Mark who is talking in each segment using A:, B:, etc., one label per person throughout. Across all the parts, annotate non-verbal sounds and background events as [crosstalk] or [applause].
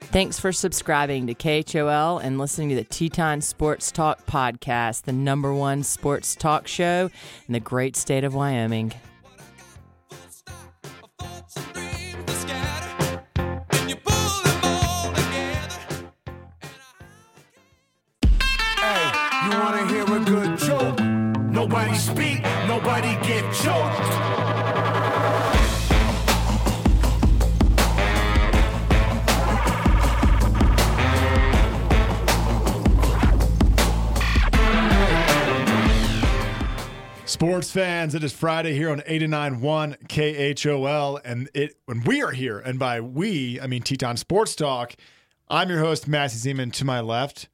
A: Thanks for subscribing to KHOL and listening to the Teton Sports Talk podcast, the number one sports talk show in the great state of Wyoming.
B: Hey, you wanna hear a good joke? Nobody speak, nobody get choked.
C: Sports fans, it is Friday here on 89.1 KHOL, and it when we are here, and by we, I mean Teton Sports Talk. I'm your host, Massey Zeman. To my left,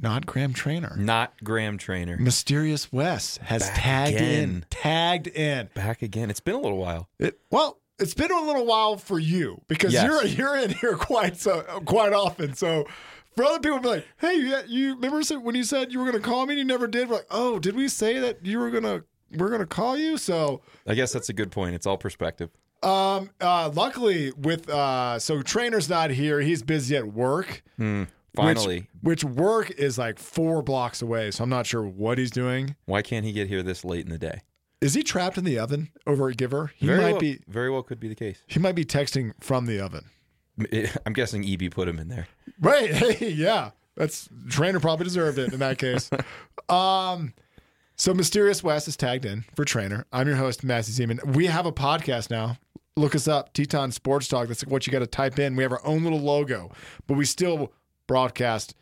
C: not Graham Trainer.
D: Not Graham Trainer.
C: Mysterious Wes has
D: Back
C: tagged in.
D: again.
C: Tagged in.
D: Back again. It's been a little while.
C: It, well, it's been a little while for you because
D: Yes.
C: you're you're in here quite so quite often. So for other people, be like, hey, you, you remember sa- when you said you were going to call me and you never did? We're like, oh, did we say that you were gonna we're gonna call you? So.
D: I guess that's a good point. It's all perspective.
C: Um, uh, luckily, with uh, so trainer's not here. He's busy at work.
D: Finally,
C: which, which work is like four blocks away. So I'm not sure what he's doing.
D: why can't he get here this late in the day?
C: Is he trapped in the oven over at Giver? He might
D: well,
C: be.
D: Very well could be the case. eh,
C: He might be texting from the oven.
D: [laughs] I'm guessing EB put him in there.
C: Right. [laughs] Hey, yeah. That's trainer probably deserved it in that
D: [laughs]
C: case. um so Mysterious West is tagged in for trainer. I'm your host, Massey Zeman. We have a podcast now. Look us up, Teton Sports Talk. That's what you got to type in. We have our own little logo, but we still broadcast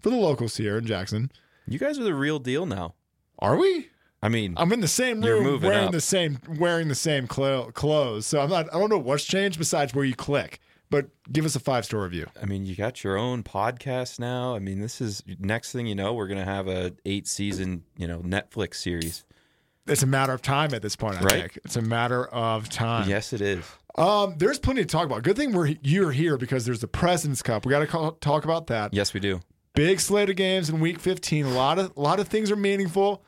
C: for the locals here in Jackson.
D: You guys are the real deal now.
C: Are we?
D: I mean,
C: I'm in the same
D: You're
C: room
D: moving
C: wearing
D: up.
C: the same wearing the same clo- clothes. So I'm not I don't know what's changed besides where you click. But give us a five-star review.
D: I mean, you got your own podcast now. I mean, this is next thing you know, we're gonna have a eight season, you know, Netflix series.
C: it's a matter of time at this point. I
D: Right.
C: think it's a matter of time.
D: Yes, it is.
C: Um, there's plenty to talk about. Good thing we're you're here because there's the Presidents Cup. We got to talk about that.
D: Yes, we do.
C: Big slate of games in Week 15. A lot of a lot of things are meaningful.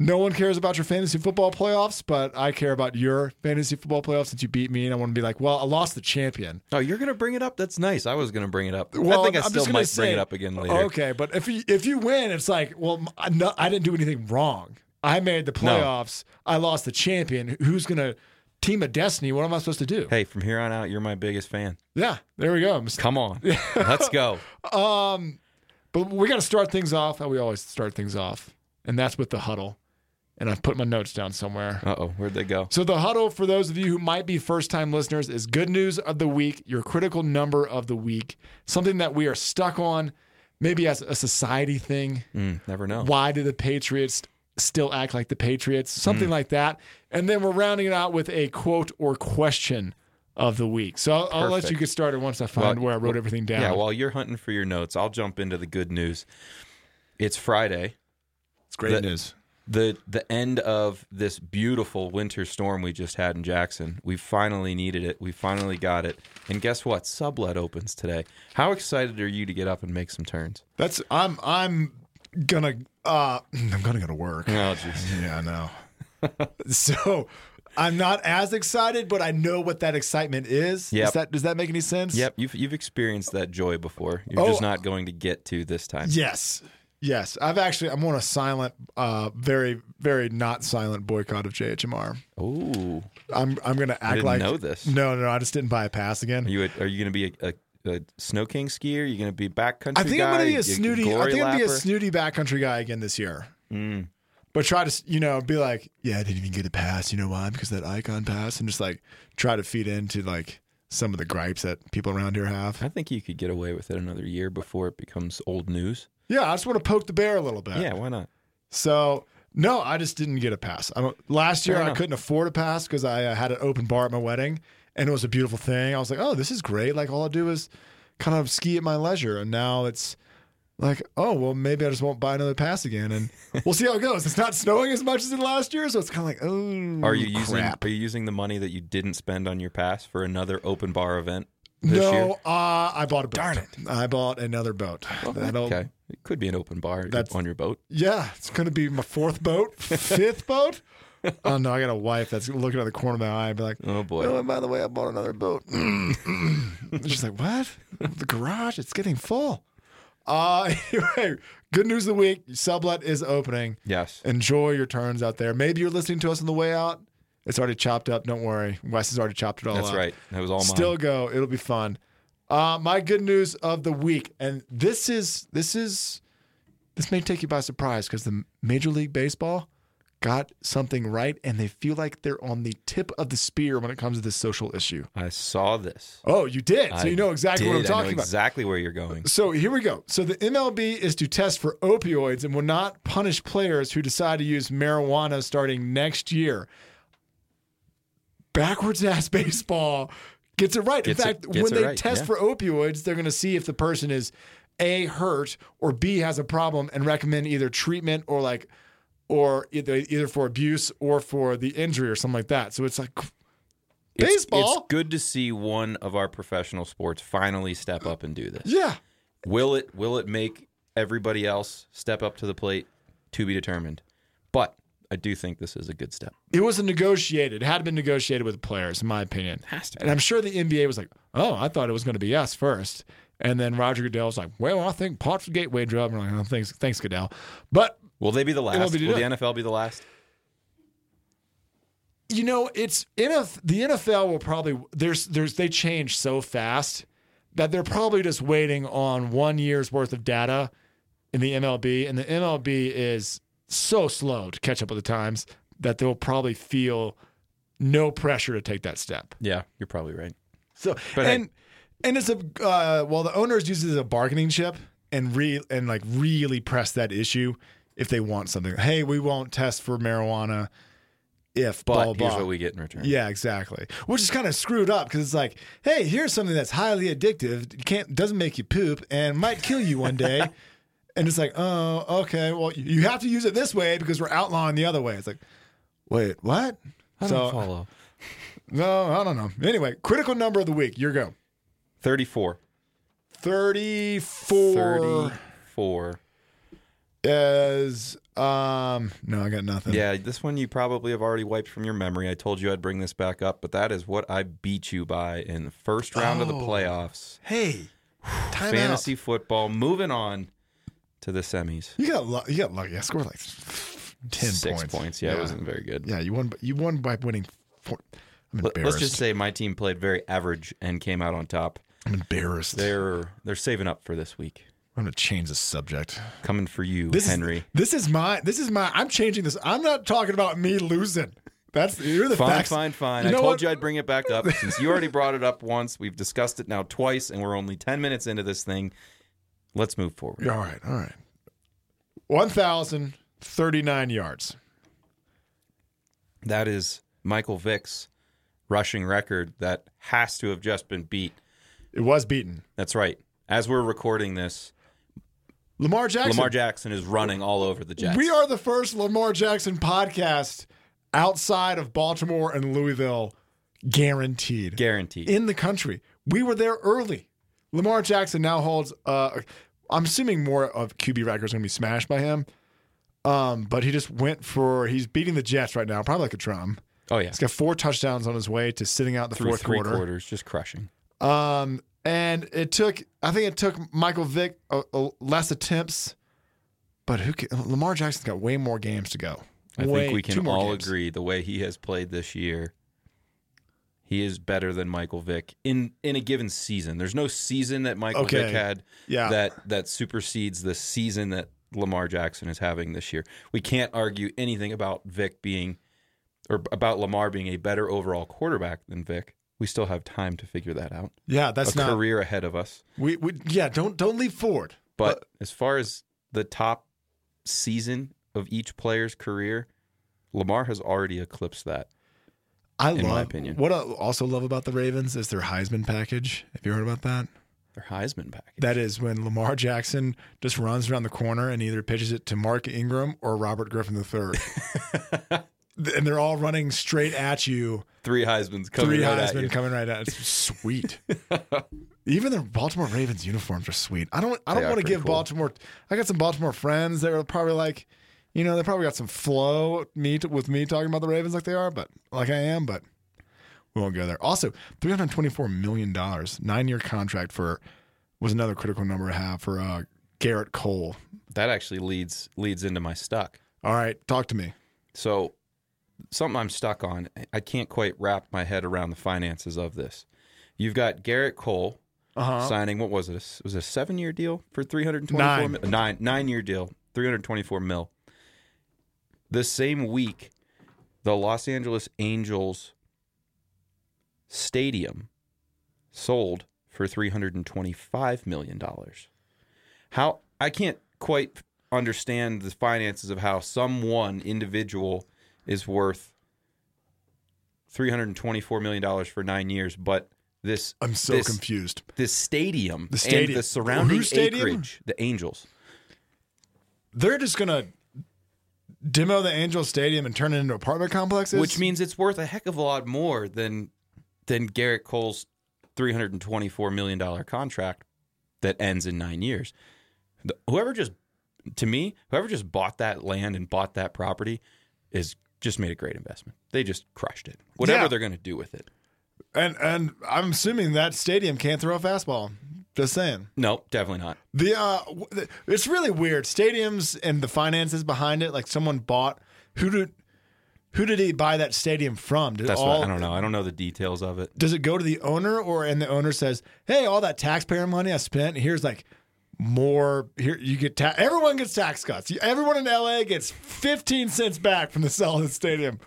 C: No one cares about your fantasy football playoffs, but I care about your fantasy football playoffs since you beat me, and I want to be like, well, I lost the champion.
D: Oh, you're gonna bring it up. That's nice. I was gonna bring it up.
C: Well,
D: I think I
C: I'm just
D: still
C: gonna
D: might bring
C: say-
D: it up again later.
C: Okay, but if you, if you win, it's like, well, I, no, I didn't do anything wrong. I made the playoffs. I lost the champion. Who's gonna team of destiny? What am I supposed to do?
D: Hey, from here on out, you're my biggest fan.
C: Yeah, there we go.
D: Come on, let's [laughs] go.
C: But we got to start things off how we always start things off, and that's with the huddle. And I've put my notes down somewhere.
D: Uh oh, where'd they go?
C: So, the huddle, for those of you who might be first time listeners, is good news of the week, your critical number of the week, something that we are stuck on, maybe as a society thing.
D: Mm, never know.
C: Why do the Patriots still act like the Patriots? Something like that. And then we're rounding it out with a quote or question of the week. So, I'll, I'll let
D: Perfect.
C: you get started once I find
D: Well,
C: where I wrote everything down.
D: Yeah, while you're hunting for your notes, I'll jump into the good news. It's Friday,
C: it's great
D: the-
C: news.
D: the the end of this beautiful winter storm we just had in Jackson. We finally needed it. We finally got it. And guess what? Sublet opens today. How excited are you to get up and make some turns?
C: That's I'm I'm gonna uh I'm gonna go to work.
D: Oh, jeez.
C: Yeah, I know. [laughs] so I'm not as excited, but I know what that excitement is.
D: Yep.
C: Does that does that make any sense?
D: [laughs] Yep, you've you've experienced that joy before. You're
C: Oh.
D: just not going to get to this time.
C: Yes. Yes. I've actually I'm on a silent, uh very, very not silent boycott of JHMR.
D: Oh,
C: I'm I'm gonna act
D: didn't
C: like
D: know this.
C: No, no, no, I just didn't buy a pass again.
D: are you a, are you going to be a, a, a snow king skier? Are you going to be a backcountry
C: I think
D: guy?
C: I'm gonna be
D: You
C: a snooty. I
D: glory
C: think I'm gonna be a
D: lapper? Hmm.
C: snooty backcountry guy again this year. But try to you know be like, yeah, I didn't even get a pass. You know why? Because of that icon pass, and just like try to feed into like some of the gripes that people around here have.
D: I think you could get away with it another year before it becomes old news.
C: Yeah, I just want to poke the bear a little bit.
D: Yeah, why not?
C: So no, I just didn't get a pass. I don't, last year
D: Fair
C: I
D: enough.
C: couldn't afford a pass because I uh, had an open bar at my wedding, and it was a beautiful thing. I was like, oh, this is great. Like all I do is kind of ski at my leisure, and now it's like, oh, well, maybe I just won't buy another pass again,
D: [laughs]
C: and we'll see how it goes. It's not snowing as much as it last year, so it's kind of like, oh,
D: Are you using
C: crap.
D: are you using the money that you didn't spend on your pass for another open bar event this
C: No,
D: year?
C: uh, I bought a boat. Darn it! I bought another boat. That'll-
D: Okay. It could be an open bar
C: That's-
D: on your boat. [laughs]
C: Yeah, it's going to be my fourth boat, fifth boat. oh no, I got a wife that's looking out the corner of my eye and be like,
D: Oh, boy.
C: Oh, and by the way, I bought another
D: [laughs]
C: boat. She's like, what? The garage? It's getting full. Uh, [laughs] anyway, good news of the week. Sublet is opening.
D: Yes.
C: Enjoy your turns out there. Maybe you're listening to us on the way out. It's already chopped up. Don't worry. Wes has already chopped it all
D: That's
C: up.
D: right. That was all mine.
C: Still go. It'll be fun. Uh, my good news of the week, and this is this is this may take you by surprise because the Major League Baseball got something right, and they feel like they're on the tip of the spear when it comes to this social issue.
D: I saw this.
C: Oh, you did, so
D: I
C: you know exactly what I'm
D: did. I know
C: talking about.
D: Exactly where you're going.
C: So here we go. So the MLB is to test for opioids and will not punish players who decide to use marijuana starting next year. Backwards ass [laughs] baseball gets it right.
D: Gets
C: In
D: it-
C: fact,
D: gets
C: when
D: it
C: they
D: right,
C: test
D: yeah.
C: for opioids, they're going to see if the person is A, hurt, or B, has a problem and recommend either treatment or like, or either, either for abuse or for the injury or something like that. So it's like,
D: It's-
C: baseball.
D: It's good to see one of our professional sports finally step up and do this.
C: yeah.
D: Will it will it make everybody else step up to the plate? To be determined. But I do think this is a good step.
C: It was a negotiated. It had been negotiated with the players, in my opinion.
D: Has to be.
C: And I'm sure the NBA was like, "Oh, I thought it was going to be us first. And then Roger Goodell was like, "Well, I think Potts Gateway drug." And I'm like, oh, "Thanks, thanks, Goodell." But
D: Will they be the last?
C: be
D: will the
C: done.
D: NFL be the last?
C: you know, it's NF, the NFL will probably there's there's they change so fast that they're probably just waiting on one year's worth of data in the MLB, and the MLB is so slow to catch up with the times that they'll probably feel no pressure to take that step.
D: Yeah, you're probably right.
C: So
D: But
C: and and it's a uh, well, the owners use it as a bargaining chip and re and like really press that issue if they want something. Hey, we won't test for marijuana if blah
D: But
C: blah.
D: here's
C: blah.
D: what we get in return.
C: yeah, exactly. Which is kind of screwed up because it's like, hey, here's something that's highly addictive, You can't doesn't make you poop and might kill you one day.
D: [laughs]
C: and it's like, oh, okay, well, you have to use it this way because we're outlawing the other way. It's like, wait, what?
D: I don't follow.
C: no, I don't know. Anyway, critical number of the week. Your go.
D: 34.
C: 34
D: 34.
C: is um no i got nothing
D: Yeah, this one you probably have already wiped from your memory. I told you I'd bring this back up, but that is what I beat you by in the first round of the
C: Oh.
D: playoffs.
C: hey time
D: Fantasy
C: out.
D: football. Moving on to the semis.
C: you got lu- you got lucky i scored like 10
D: Six
C: points,
D: Yeah, it
C: yeah.
D: wasn't very good.
C: yeah you won you won by winning four i'm
D: Let-
C: embarrassed
D: Let's just say my team played very average and came out on top.
C: i'm embarrassed
D: They're they're saving up for this week.
C: i'm gonna change the subject
D: Coming for you,
C: this
D: Henry.
C: is, this is my this is my i'm changing this i'm not talking about me losing that's you're the
D: Fine,
C: facts.
D: fine, fine.
C: You
D: I
C: know
D: told
C: what?
D: you I'd bring it
C: [laughs]
D: back up. Since you already brought it up once, we've discussed it now twice, and we're only 10 minutes into this thing. Let's move forward.
C: Yeah, all right, all right. 1039 yards
D: That is Michael Vick's rushing record that has to have just been beat.
C: it was beaten
D: That's right. As we're recording this,
C: lamar jackson
D: Lamar Jackson is running all over the Jets.
C: We are the first Lamar Jackson podcast outside of Baltimore and Louisville, guaranteed.
D: guaranteed.
C: In the country. We were there early. Lamar Jackson now holds, uh, I'm assuming more of QB records are going to be smashed by him. Um, but he just went for, he's beating the Jets right now, probably like a drum.
D: oh yeah.
C: He's got four touchdowns on his way to sitting out the
D: Through
C: fourth
D: three
C: quarter.
D: quarters, just crushing.
C: Um, and it took, I think it took Michael Vick uh, uh, less attempts, but who? Can, Lamar Jackson's got way more games to go.
D: I
C: Way-
D: think we
C: two
D: can
C: more
D: all
C: games.
D: agree the way he has played this year, he is better than Michael Vick in in a given season. There's no season that Michael
C: Okay.
D: Vick had
C: Yeah.
D: that that supersedes the season that Lamar Jackson is having this year. We can't argue anything about Vick being or about Lamar being a better overall quarterback than Vick. We still have time to figure that out.
C: Yeah, that's
D: a
C: not.
D: career ahead of us.
C: We, we yeah, don't don't leap forward.
D: But as far as the top season of each player's career, Lamar has already eclipsed that.
C: I
D: in
C: love.
D: my opinion.
C: What I also love about the Ravens is their Heisman package. Have you heard about that?
D: Their Heisman package.
C: That is when Lamar Jackson just runs around the corner and either pitches it to Mark Ingram or Robert Griffin
D: [laughs]
C: III. and they're all running straight at you.
D: Three Heisman's coming
C: Three
D: right at you.
C: Heisman coming right at it's
D: [laughs]
C: sweet. Even the Baltimore Ravens uniforms are sweet. I don't I
D: They
C: don't
D: are
C: want to
D: pretty
C: give
D: cool.
C: Baltimore I got some Baltimore friends that are probably like, you know, they probably got some flow me with me talking about the Ravens like they are, but like I am, but we won't go there. Also, three hundred twenty-four million dollars, nine-year contract for was another critical number to have for uh, Garrett Cole.
D: That actually leads leads into my stuck.
C: All right, talk to me.
D: So, something I'm stuck on. I can't quite wrap my head around the finances of this. You've got Garrett Cole
C: Uh-huh.
D: signing. What was it? It was a seven year deal for 324
C: Nine.
D: mil- nine nine year deal, 324 mil. The same week, the Los Angeles Angels stadium sold for 325 million dollars. How I can't quite understand the finances of how someone individual is worth 324 million dollars for 9 years, but this
C: I'm so
D: this,
C: confused.
D: this stadium,
C: The stadium.
D: and the surrounding
C: Whose stadium?
D: acreage, the Angels.
C: They're just gonna demo the Angel Stadium and turn it into apartment complexes,
D: which means it's worth a heck of a lot more than than Garrett Cole's three hundred and twenty four million dollar contract that ends in nine years. The- Whoever just to me, whoever just bought that land and bought that property is just made a great investment. They just crushed it. Whatever
C: Yeah.
D: they're going to do with it.
C: and and I'm assuming that stadium can't throw a fastball. Just saying.
D: No, definitely not.
C: The uh, w- the- it's really weird. Stadiums and the finances behind it. Like someone bought who did who did he buy that stadium from? Did it
D: That's
C: all,
D: what I don't know. I don't know the details of it.
C: Does it go to the owner, or and the owner says, "Hey, all that taxpayer money I spent here's like more. Here you get ta- everyone gets tax cuts. You- Everyone in LA gets fifteen cents back from the sale of the stadium."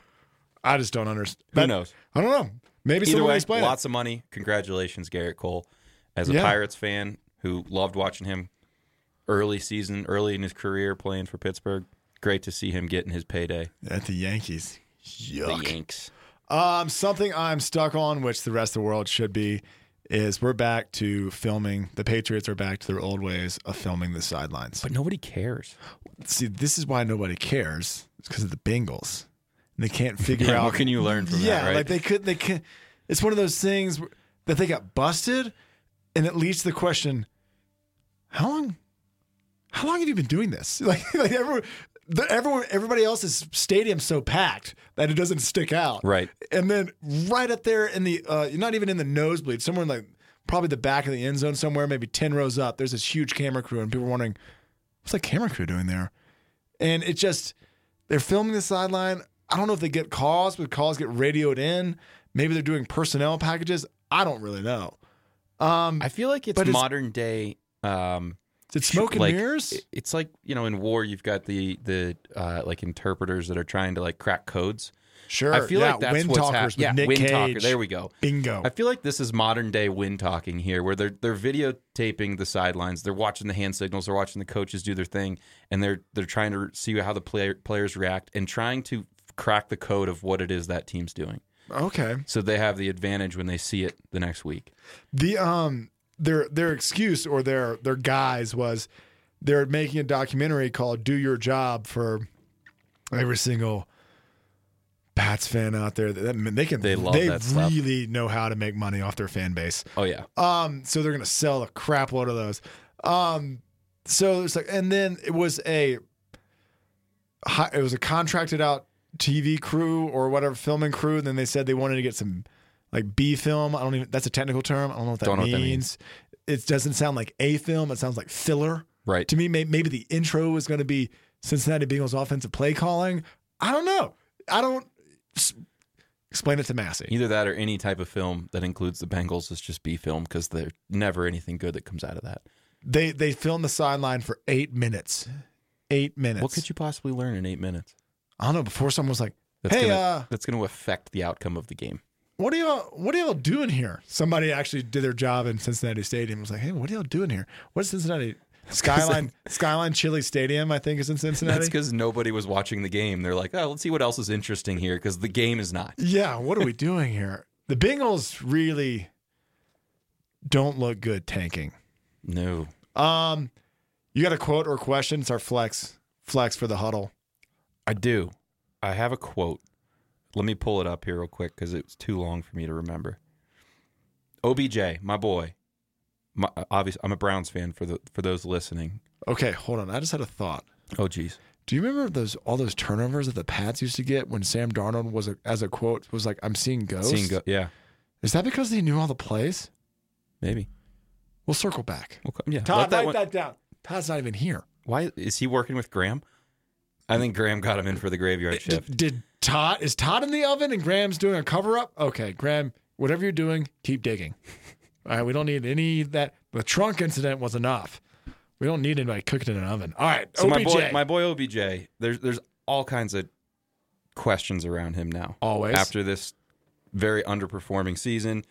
C: I just don't understand.
D: Who knows?
C: I don't know. Maybe
D: Either
C: someone will
D: way,
C: explain
D: lots of money. Congratulations, Garrett Cole. As a
C: Yeah.
D: Pirates fan who loved watching him early season, early in his career playing for Pittsburgh, great to see him getting his payday.
C: it at the Yankees. Yuck.
D: The Yanks.
C: Um, something I'm stuck on, which the rest of the world should be, is we're back to filming. The Patriots are back to their old ways of filming the sidelines.
D: But
C: [laughs]
D: nobody cares.
C: See, this is why nobody cares. It's because of the Bengals. And they can't figure out.
D: what can you learn from
C: yeah,
D: that, right?
C: like they could. They can. It's one of those things where- that they got busted, and it leads to the question: How long? How long have you been doing this? [laughs] Like, like everyone, the, everyone, everybody else's stadium's so packed that it doesn't stick out.
D: Right.
C: And then right up there in the, uh, you're not even in the nosebleed, somewhere in like probably the back of the end zone, somewhere maybe ten rows up. There's this huge camera crew, and people are wondering, what's that camera crew doing there? And it just they're filming the sideline. I don't know if they get calls, but calls get radioed in. Maybe they're doing personnel packages. I don't really know. Um,
D: I feel like it's
C: But it's-
D: modern day. Um,
C: Is it smoke and
D: like,
C: mirrors?
D: it- It's like you know, in war, you've got the the uh, like interpreters that are trying to like crack codes.
C: sure.
D: I feel
C: yeah,
D: like that's
C: wind
D: what's
C: talkers
D: hap-
C: with
D: yeah,
C: Nick
D: wind
C: Cage.
D: talker. There we go.
C: Bingo.
D: I feel like this is modern day wind talking here, where they're they're videotaping the sidelines, they're watching the hand signals, they're watching the coaches do their thing, and they're they're trying to see how the player, players react and trying to crack the code of what it is that team's doing,
C: okay.
D: so they have the advantage when they see it the next week.
C: The um their their excuse or their their guise was they're making a documentary called Do Your Job for every single Pats fan out there. That, that- they can
D: They love
C: they
D: that stuff.
C: really know how to make money off their fan base.
D: Oh yeah,
C: Um, so they're gonna sell a crap load of those. Um, so it's like, and then it was a, hi- it was a contracted out TV crew or whatever filming crew. And then they said they wanted to get some like B film. I don't even. That's a technical term. I don't know what that,
D: Don't know
C: means.
D: what that
C: It doesn't sound like a film. It sounds like filler
D: right.
C: to me. May, maybe the intro is going to be Cincinnati Bengals offensive play calling. I don't know. I don't s- explain it to Massey.
D: Either that or any type of film that includes the Bengals is just B film because there's never anything good that comes out of that.
C: They they filmed the sideline for eight minutes. Eight minutes.
D: What could you possibly learn in eight minutes?
C: I don't know. Before someone was like,
D: That's
C: "Hey,
D: gonna,
C: uh,
D: that's going to affect the outcome of the game.
C: what are y'all what are y'all doing here?" Somebody actually did their job in Cincinnati Stadium. Was like, "Hey, what are y'all doing here? What's Cincinnati Skyline Skyline Chili Stadium? I think is in Cincinnati."
D: That's because nobody was watching the game. They're like, oh, let's see what else is interesting here because the game is not.
C: Yeah, what are we doing here? The Bengals really don't look good tanking.
D: No.
C: Um, you got a quote or question? It's our flex flex for the huddle.
D: I do. I have a quote. Let me pull it up here real quick because it was too long for me to remember. OBJ, my boy. My, uh, obviously, I'm a Browns fan for the for those listening.
C: Okay, hold on. I just had a thought.
D: Oh, geez.
C: Do you remember those all those turnovers that the Pats used to get when Sam Darnold was a, as a quote was like, "I'm seeing ghosts."
D: Seeing go- yeah,
C: Is that because he knew all the plays?
D: maybe.
C: We'll circle back.
D: We'll co- yeah,
C: Todd,
D: let that
C: write
D: one-
C: that down. Todd's not even here.
D: Why is he working with Graham? I think Graham got him in for the graveyard
C: Did,
D: shift.
C: did Todd is Todd in the oven and Graham's doing a cover up? Okay, Graham, whatever you're doing, keep
D: [laughs]
C: digging. All right, we don't need any of that. The trunk incident was enough. We don't need anybody cooking in an oven. All right,
D: So
C: OBJ.
D: my boy, my boy OBJ. There's there's all kinds of questions around him now.
C: Always.
D: after this very underperforming season,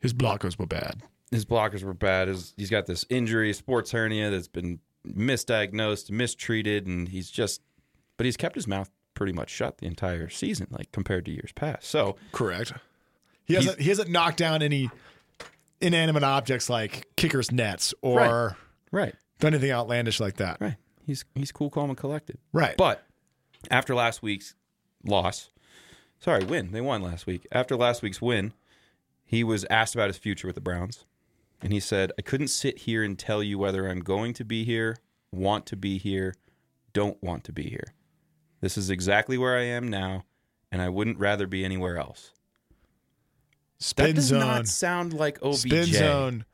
C: his blockers were bad.
D: his blockers were bad. His, he's got this injury, sports hernia that's been misdiagnosed, mistreated, and he's just. But he's kept his mouth pretty much shut the entire season, like compared to years past. So
C: Correct. He hasn't he hasn't knocked down any inanimate objects like kickers nets or
D: Right. right,
C: done anything outlandish like that.
D: right, he's he's cool, calm, and collected.
C: Right.
D: But after last week's loss, sorry, win. They won last week. After last week's win, he was asked about his future with the Browns. And he said, I couldn't sit here and tell you whether I'm going to be here, want to be here, don't want to be here. This is exactly where I am now, and I wouldn't rather be anywhere else. That
C: spin
D: does
C: zone.
D: not sound like OBJ.
C: Spin zone.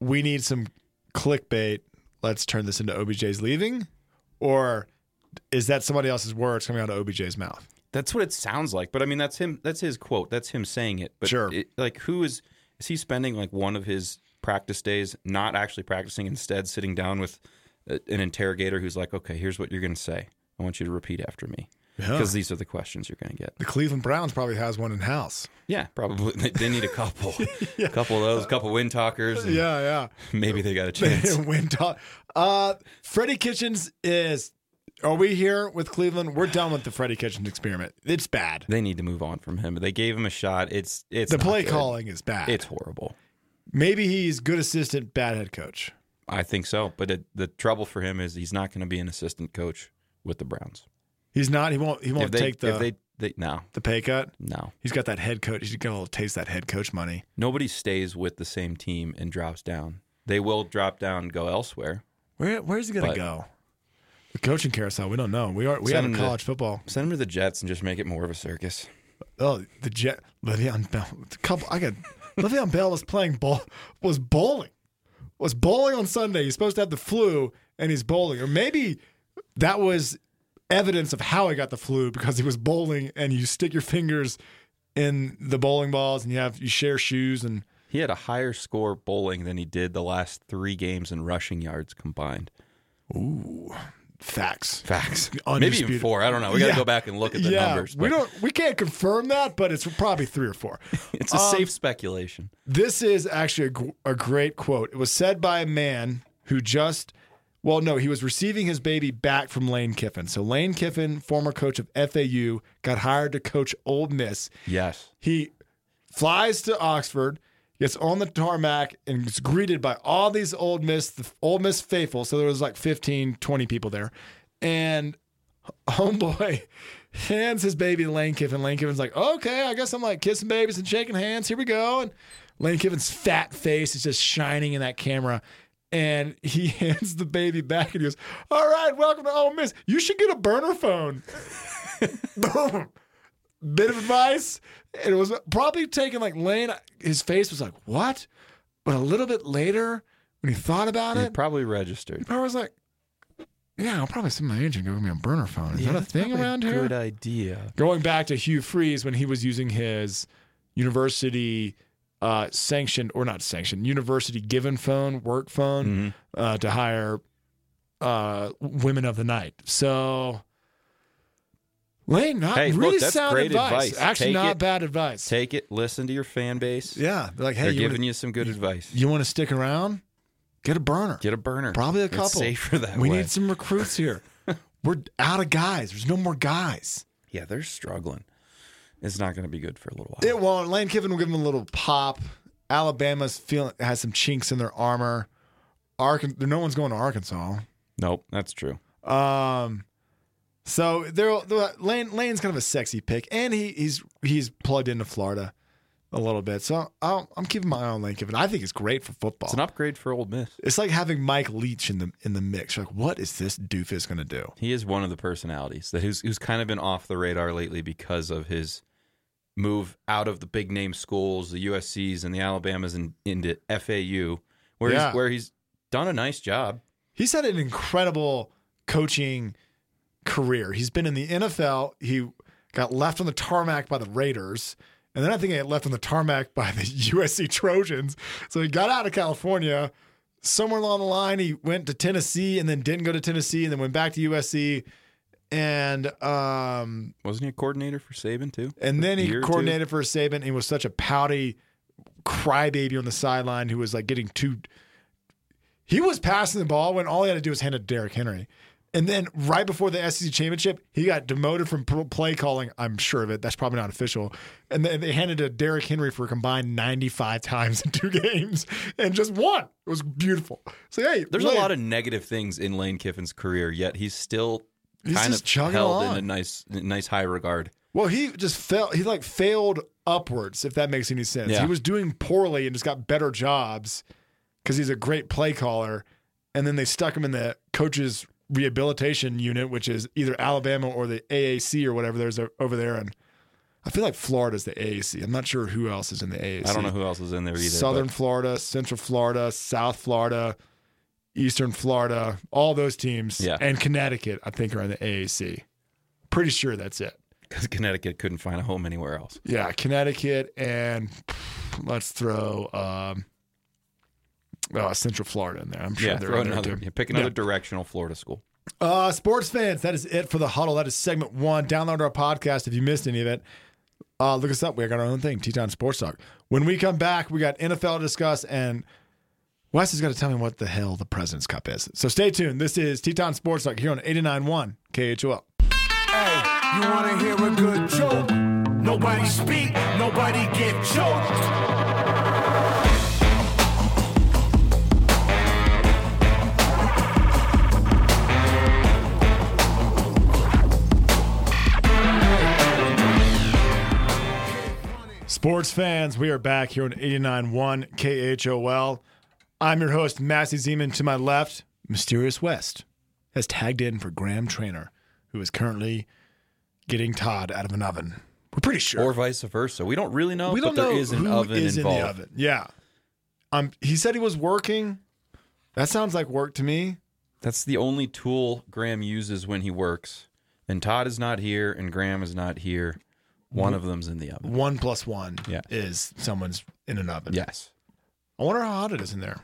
C: We need some clickbait. Let's turn this into OBJ's leaving, or is that somebody else's words coming out of OBJ's mouth?
D: That's what it sounds like. But I mean, that's him. That's his quote. That's him saying it. But
C: Sure.
D: it- like, who is is he spending like one of his practice days not actually practicing, instead sitting down with a, an interrogator who's like, "Okay, here's what you're going to say. I want you to repeat after me because these are the questions you're going to get."
C: The Cleveland Browns probably has one in house.
D: Yeah, probably they, they need
C: [laughs]
D: a couple, a couple of those, a couple wind talkers. and
C: Yeah,
D: maybe they got
C: [laughs]
D: a
C: yeah.
D: chance.
C: Win talk. Uh, Freddie Kitchens is. Are we here with Cleveland? We're done with the Freddie Kitchens experiment. It's bad.
D: they need to move on from him. They gave him a shot. It's it's
C: The
D: not
C: play
D: good.
C: calling is bad.
D: It's horrible.
C: Maybe he's good assistant, bad head coach.
D: I think so. But it, the trouble for him is he's not going to be an assistant coach with the Browns.
C: He's not. He won't. He won't
D: if they,
C: take the
D: if they, they no
C: the pay cut.
D: no
C: He's got that head coach. He's gonna taste that head coach money.
D: nobody stays with the same team and drops down they will drop down and go elsewhere
C: Where where's he gonna
D: But-
C: go? The coaching carousel, we don't know. We are we
D: Send
C: have
D: him to-
C: college football.
D: send them to the jets and just make it more of a circus
C: Oh, the jet Le'Veon Bell. A couple I got Le'Veon Bell was playing ball was bowling. Was bowling on Sunday. He's supposed to have the flu and he's bowling. Or maybe that was evidence of how he got the flu because he was bowling and you stick your fingers in the bowling balls and you have you share shoes and
D: he had a higher score bowling than he did the last three games in rushing yards combined
C: facts.
D: facts maybe even
C: Undisputed.
D: four i don't know we gotta
C: Yeah.
D: go back and look at the
C: yeah,
D: numbers
C: we
D: but
C: don't we can't confirm that, but it's probably three or four.
D: it's a
C: um,
D: safe speculation
C: This is actually a, gr- a great quote. It was said by a man who just, well, no, he was receiving his baby back from Lane Kiffin. So Lane Kiffin, former coach of FAU, got hired to coach Old Miss.
D: yes
C: He flies to Oxford, gets on the tarmac, and is greeted by all these Old Miss, the Old Miss faithful. So there was like 15, 20 people there. And homeboy [laughs] hands his baby to Lane Kiffin. Lane Kiffin's like, okay, I guess I'm like kissing babies and shaking hands. Here we go. And Lane Kiffin's fat face is just shining in that camera. And he [laughs] hands the baby back and he goes, all right, welcome to Ole Miss. You should get a burner phone. [laughs] Boom. Bit of advice. It was probably taken like Lane, his face was like, what? But a little bit later, when he thought about
D: he
C: it,
D: probably registered
C: I was like, yeah, I'll probably send my agent to give me a burner phone. Is
D: Yeah,
C: that a
D: that's
C: thing
D: probably a
C: around
D: good
C: here?
D: idea
C: Going back to Hugh Freeze when he was using his university uh, sanctioned or not sanctioned, university given phone, work phone
D: Mhm.
C: uh, to hire uh, women of the night. So, Lane, not
D: Hey, look,
C: really
D: that's
C: sound
D: great
C: advice.
D: advice.
C: Actually,
D: Take
C: not
D: it.
C: bad advice.
D: take it listen to your fan base
C: yeah, they're like, hey,
D: they're
C: you
D: giving
C: wanna,
D: you some good advice
C: you want to stick around? Get a burner.
D: get a burner
C: Probably a
D: It's
C: couple.
D: safer that
C: we
D: way
C: need some recruits
D: [laughs]
C: here. We're out of guys. There's no more guys.
D: Yeah, they're struggling. It's not going to be good for a little while.
C: It won't. Lane Kiffin will give them a little pop. Alabama's feeling has some chinks in their armor. Arkan, no one's going to Arkansas.
D: nope, that's true.
C: Um, so they're, they're- Lane Lane's kind of a sexy pick, and he he's he's plugged into Florida. a little bit. So I'll, I'm keeping my eye on Lane Kiffin. I think it's great for football.
D: It's an upgrade for Old Miss.
C: It's like having Mike Leach in the in the mix. You're like, what is this doofus going to do?
D: He is one of the personalities that who's who's kind of been off the radar lately because of his move out of the big name schools, the USC's and the Alabamas and into FAU, where
C: Yeah.
D: he's, where he's done a nice job.
C: He's had an incredible coaching career. He's been in the NFL. He got left on the tarmac by the Raiders. And then I think he got left on the tarmac by the [laughs] USC Trojans. So he got out of California. Somewhere along the line, he went to Tennessee and then didn't go to Tennessee and then went back to USC. And um,
D: Wasn't he a coordinator for Saban too?
C: And then
D: year
C: he
D: or two?
C: coordinated for Saban and he was such a pouty crybaby on the sideline who was like getting too. He was passing the ball when all he had to do was hand it to Derrick Henry. And then right before the SEC championship, he got demoted from pro- play calling. I'm sure of it. That's probably not official. And then they handed to Derrick Henry for a combined 95 times in two [laughs] games and just won. It was beautiful. So, hey,
D: There's a lot of negative things in Lane Kiffin's career, yet he's still
C: He's
D: kind
C: just
D: of
C: chugging
D: held
C: along.
D: in a nice nice high regard.
C: Well, he just fell. He like failed upwards, if that makes any sense.
D: Yeah.
C: He was doing poorly and just got better jobs because he's a great play caller. And then they stuck him in the coach's rehabilitation unit, which is either Alabama or the AAC or whatever there's o- over there. And I feel like Florida's the AAC. I'm not sure who else is in the AAC.
D: I don't know who else is in there either. but-
C: Southern Florida, Central Florida, South Florida, Eastern Florida, all those teams,
D: Yeah.
C: and Connecticut, I think, are in the AAC. Pretty sure that's it.
D: because Connecticut couldn't find a home anywhere else.
C: Yeah, Connecticut and let's throw um, uh, Central Florida in there. I'm sure
D: Yeah,
C: they're
D: throw
C: in there
D: another,
C: too.
D: yeah, pick another directional Florida school.
C: Uh, sports fans, that is it for the huddle. That is segment one. Download our podcast if you missed any of it. Uh, look us up. We got our own thing, Teton Sports Talk. When we come back, we got NFL to discuss, and Wes is going to tell me what the hell the President's Cup is. So stay tuned. This is Teton Sports Talk here on 89.1 KHOL.
B: Hey, you wanna hear a good joke? Nobody speak, nobody get choked.
C: Sports fans, we are back here on 89.1 KHOL. I'm your host, Massey Zeman. To my left, Mysterious West has tagged in for Graham Trainer, who is currently getting Todd out of an oven. We're pretty sure.
D: Or vice versa. We don't really know,
C: we don't
D: but
C: know
D: there is an
C: who
D: oven
C: is
D: involved.
C: in the oven. Yeah. Um, he said he was working. That sounds like work to me.
D: That's the only tool Graham uses when he works. And Todd is not here, and Graham is not here. One of them's in the oven.
C: One plus one
D: Yeah.
C: is someone's in an oven.
D: Yes.
C: I wonder how hot it is in there.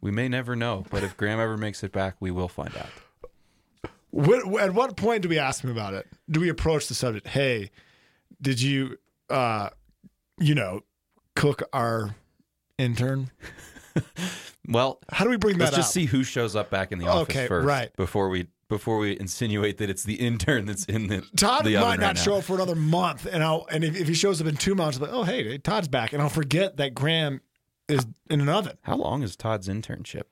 D: We may never know, but if Graham ever makes it back, we will find out.
C: Wh- at what point do we ask him about it? Do we approach the subject? Hey, did you, uh, you know, cook our intern?
D: Well,
C: How do we bring
D: let's
C: that
D: just
C: up?
D: see who shows up back in the office
C: Okay,
D: first
C: right.
D: before we before we insinuate that it's the [laughs] intern that's in the
C: Todd
D: the
C: might
D: oven
C: not
D: right now.
C: show up for another month, and I'll and if, if he shows up in two months, I'll be like, oh hey, Todd's back, and I'll forget that Graham is in an oven.
D: How long is Todd's internship?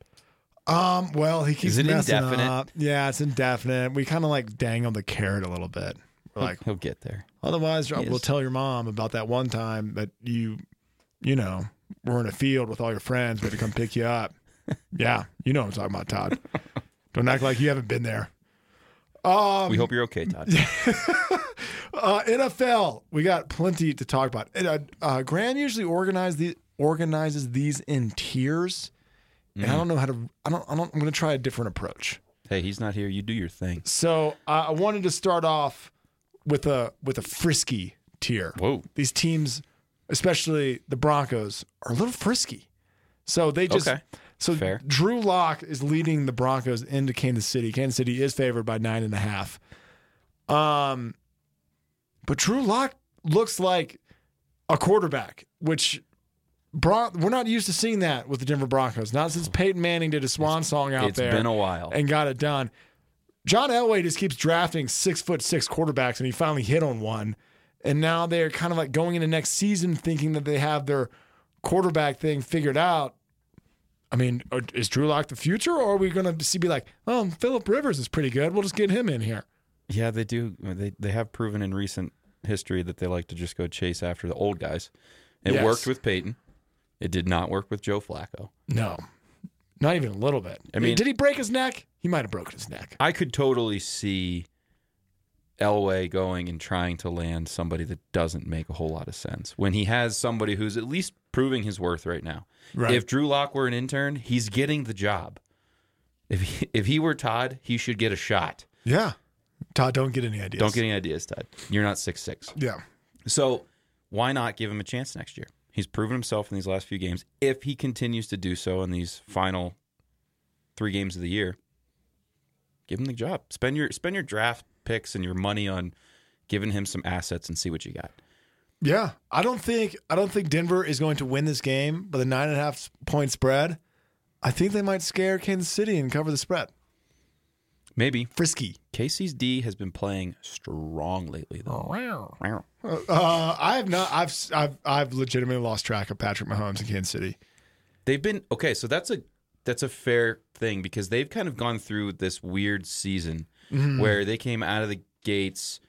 C: Um, well, he keeps
D: Is it
C: messing
D: indefinite?
C: up. Yeah, it's indefinite. We kind of like dangle the carrot a little bit. We're like,
D: He'll get there.
C: Otherwise,
D: Yes.
C: we'll tell your mom about that one time that you, you know, were in a field with all your friends. We had to come pick you up. Yeah, you know what I'm talking about, Todd. Don't act like you haven't been there. Um,
D: We hope you're okay, Todd.
C: uh, NFL, we got plenty to talk about. And, uh, uh, Gran usually organize the, organizes these in tiers, and I don't know how to. I don't. I don't I'm going to try a different approach.
D: Hey, he's not here. You do your thing.
C: So uh, I I wanted to start off with a with a frisky tier.
D: Whoa.
C: These teams, especially the Broncos, are a little frisky. So they just
D: Okay.
C: so
D: Fair.
C: Drew Lock is leading the Broncos into Kansas City. Kansas City is favored by nine and a half. Um, but Drew Lock looks like a quarterback, which Bron- we're not used to seeing that with the Denver Broncos. Not since Peyton Manning did a swan song out
D: Oh. It's
C: there
D: been a while.
C: and got it done. John Elway just keeps drafting six foot six quarterbacks, and he finally hit on one. And now they're kind of like going into next season thinking that they have their quarterback thing figured out. I mean, are- is Drew Lock the future, or are we going to be like, oh, Philip Rivers is pretty good. We'll just get him in here.
D: Yeah, they do. They they have proven in recent history that they like to just go chase after the old guys, It
C: Yes.
D: worked with Peyton. It did not work with Joe Flacco.
C: No, not even a little bit. I mean,
D: mean-
C: did he break his neck? He might have broken his neck.
D: I could totally see Elway going and trying to land somebody that doesn't make a whole lot of sense when he has somebody who's at least proving his worth right now.
C: Right.
D: If Drew Lock were an intern, he's getting the job. If he, if he were Todd, he should get a shot.
C: Yeah. Todd, don't get any ideas.
D: Don't get any ideas, Todd. You're not six six.
C: Yeah.
D: So why not give him a chance next year? He's proven himself in these last few games. If he continues to do so in these final three games of the year, give him the job. Spend your spend your draft picks and your money on giving him some assets and see what you got.
C: Yeah. I don't think I don't think Denver is going to win this game, but the nine and a half point spread, I think they might scare Kansas City and cover the spread.
D: Maybe
C: Frisky.
D: Casey's D has been playing strong lately,
B: Oh.
D: though. Wow.
C: Uh, I have not. I've I've I've legitimately lost track of Patrick Mahomes in Kansas City.
D: They've been okay, so that's a that's a fair thing because they've kind of gone through this weird season where they came out of the gates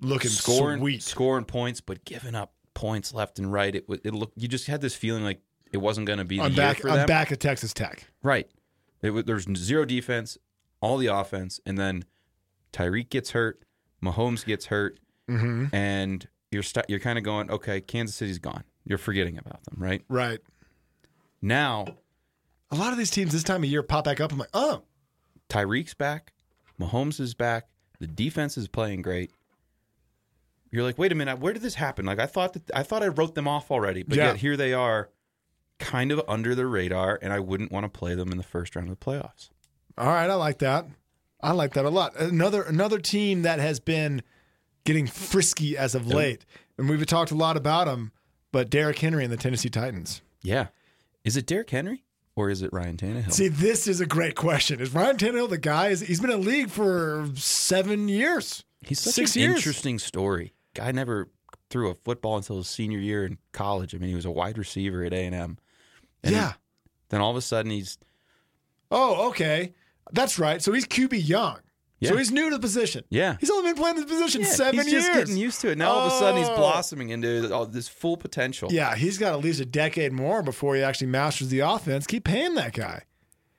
C: Looking
D: scoring
C: sweet.
D: scoring points, but giving up points left and right. It wa- it looked you just had this feeling like it wasn't going to be the
C: I'm
D: year
C: back.
D: for
C: I'm
D: them.
C: back at Texas Tech.
D: Right. It, wa- there's zero defense, all the offense, and then Tyreek gets hurt, Mahomes gets hurt,
C: Mm-hmm.
D: and you're st- you're kind of going, okay, Kansas City's gone. You're forgetting about them, right?
C: Right.
D: Now
C: A lot of these teams this time of year pop back up. I'm like, oh,
D: Tyreek's back, Mahomes is back, the defense is playing great. You're like, wait a minute, where did this happen? Like I thought that I thought I wrote them off already, but
C: Yeah.
D: yet here they are, kind of under the radar, and I wouldn't want to play them in the first round of the playoffs.
C: All right, I like that. I like that a lot. Another another team that has been getting frisky as of late, and we've talked a lot about them. But Derrick Henry and the Tennessee Titans.
D: Yeah. Is it Derrick Henry or is it Ryan Tannehill?
C: See, this is a great question. Is Ryan Tannehill the guy? Is he's been in the league for seven years?
D: He's such
C: six
D: an
C: years.
D: interesting story. Guy never threw a football until his senior year in college. I mean, he was a wide receiver at A and M.
C: yeah.
D: Then all of a sudden he's
C: oh, okay. That's right. So he's QB young. So
D: Yeah.
C: he's new to the position.
D: Yeah.
C: He's only been playing this position
D: Yeah,
C: seven
D: he's
C: years.
D: just getting used to it. Now all of a sudden he's
C: Oh.
D: blossoming into all this full potential.
C: Yeah, he's got at least a decade more before he actually masters the offense. Keep paying that guy.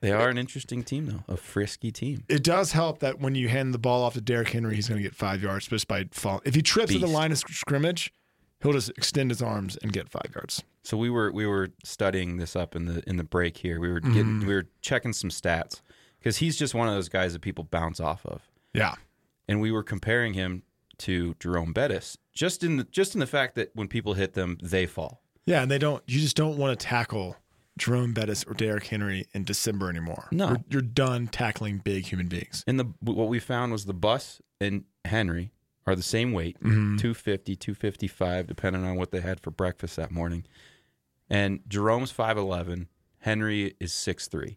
D: They are an interesting team though, a frisky team.
C: it does help that when you hand the ball off to Derrick Henry, he's going to get five yards just by fall. If he trips at the
D: Beast.
C: line of sc- scrimmage, he'll just extend his arms and get five yards.
D: So we were we were studying this up in the in the break here. We were
C: Mm-hmm.
D: getting we were checking some stats because he's just one of those guys that people bounce off of.
C: Yeah.
D: and we were comparing him to Jerome Bettis, just in the, just in the fact that when people hit them, they fall.
C: Yeah. And they don't, you just don't want to tackle Jerome Bettis or Derrick Henry in December anymore.
D: No.
C: You're, you're done tackling big human beings.
D: And the what we found was the bus and Henry are the same weight,
C: Mm-hmm.
D: 250, 255, depending on what they had for breakfast that morning. And Jerome's 5'11, Henry is 6'3.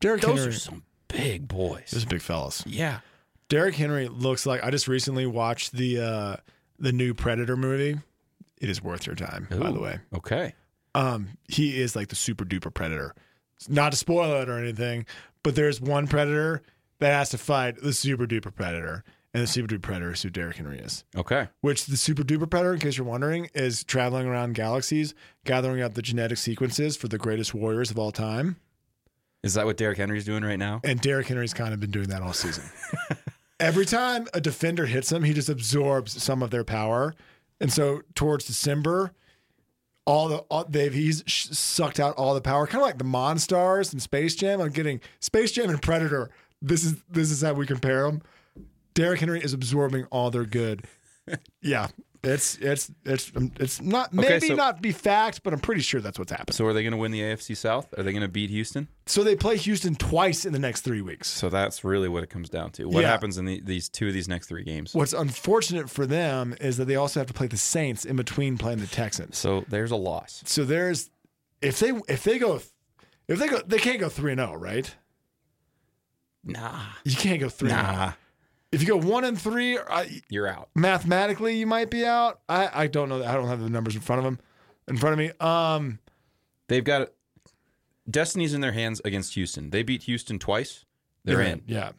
C: Derrick
D: Those
C: Henry
D: are some big boys.
C: those are big fellas.
D: Yeah.
C: Derrick Henry looks like, I just recently watched the, uh, the new Predator movie. It is worth your time, by
D: Ooh.
C: the way.
D: Okay.
C: um, he is like the super duper predator. Not to spoil it or anything, but there's one predator that has to fight the super duper predator, and the super duper predator is who Derrick Henry is.
D: Okay.
C: Which the super duper predator, in case you're wondering, is traveling around galaxies, gathering up the genetic sequences for the greatest warriors of all time.
D: Is that what Derrick Henry's doing right now?
C: And Derrick Henry's kind of been doing that all season. Every time a defender hits him, he just absorbs some of their power. And so towards December, all the all, they've he's sh- sucked out all the power, kind of like the Monstars and Space Jam. I'm getting Space Jam and Predator. This is this is how we compare them. Derrick Henry is absorbing all their good. yeah, it's it's it's um, it's not maybe
D: so-
C: not be fact, but I'm pretty sure that's what's happened.
D: So are they going to win the AFC South? Are they going to beat Houston?
C: So they play Houston twice in the next three weeks.
D: So that's really what it comes down to. What
C: Yeah.
D: happens in the, these two of these next three games?
C: What's unfortunate for them is that they also have to play the Saints in between playing the Texans.
D: So there's a loss.
C: So there's if they if they go if they go they can't go three and zero, right?
D: Nah.
C: You can't go three. and zero. If you go one and three, I,
D: You're out.
C: mathematically you might be out. I I don't know. I don't have the numbers in front of them, in front of me. Um,
D: They've got destiny's in their hands against Houston. They beat Houston twice. They're in.
C: Yeah,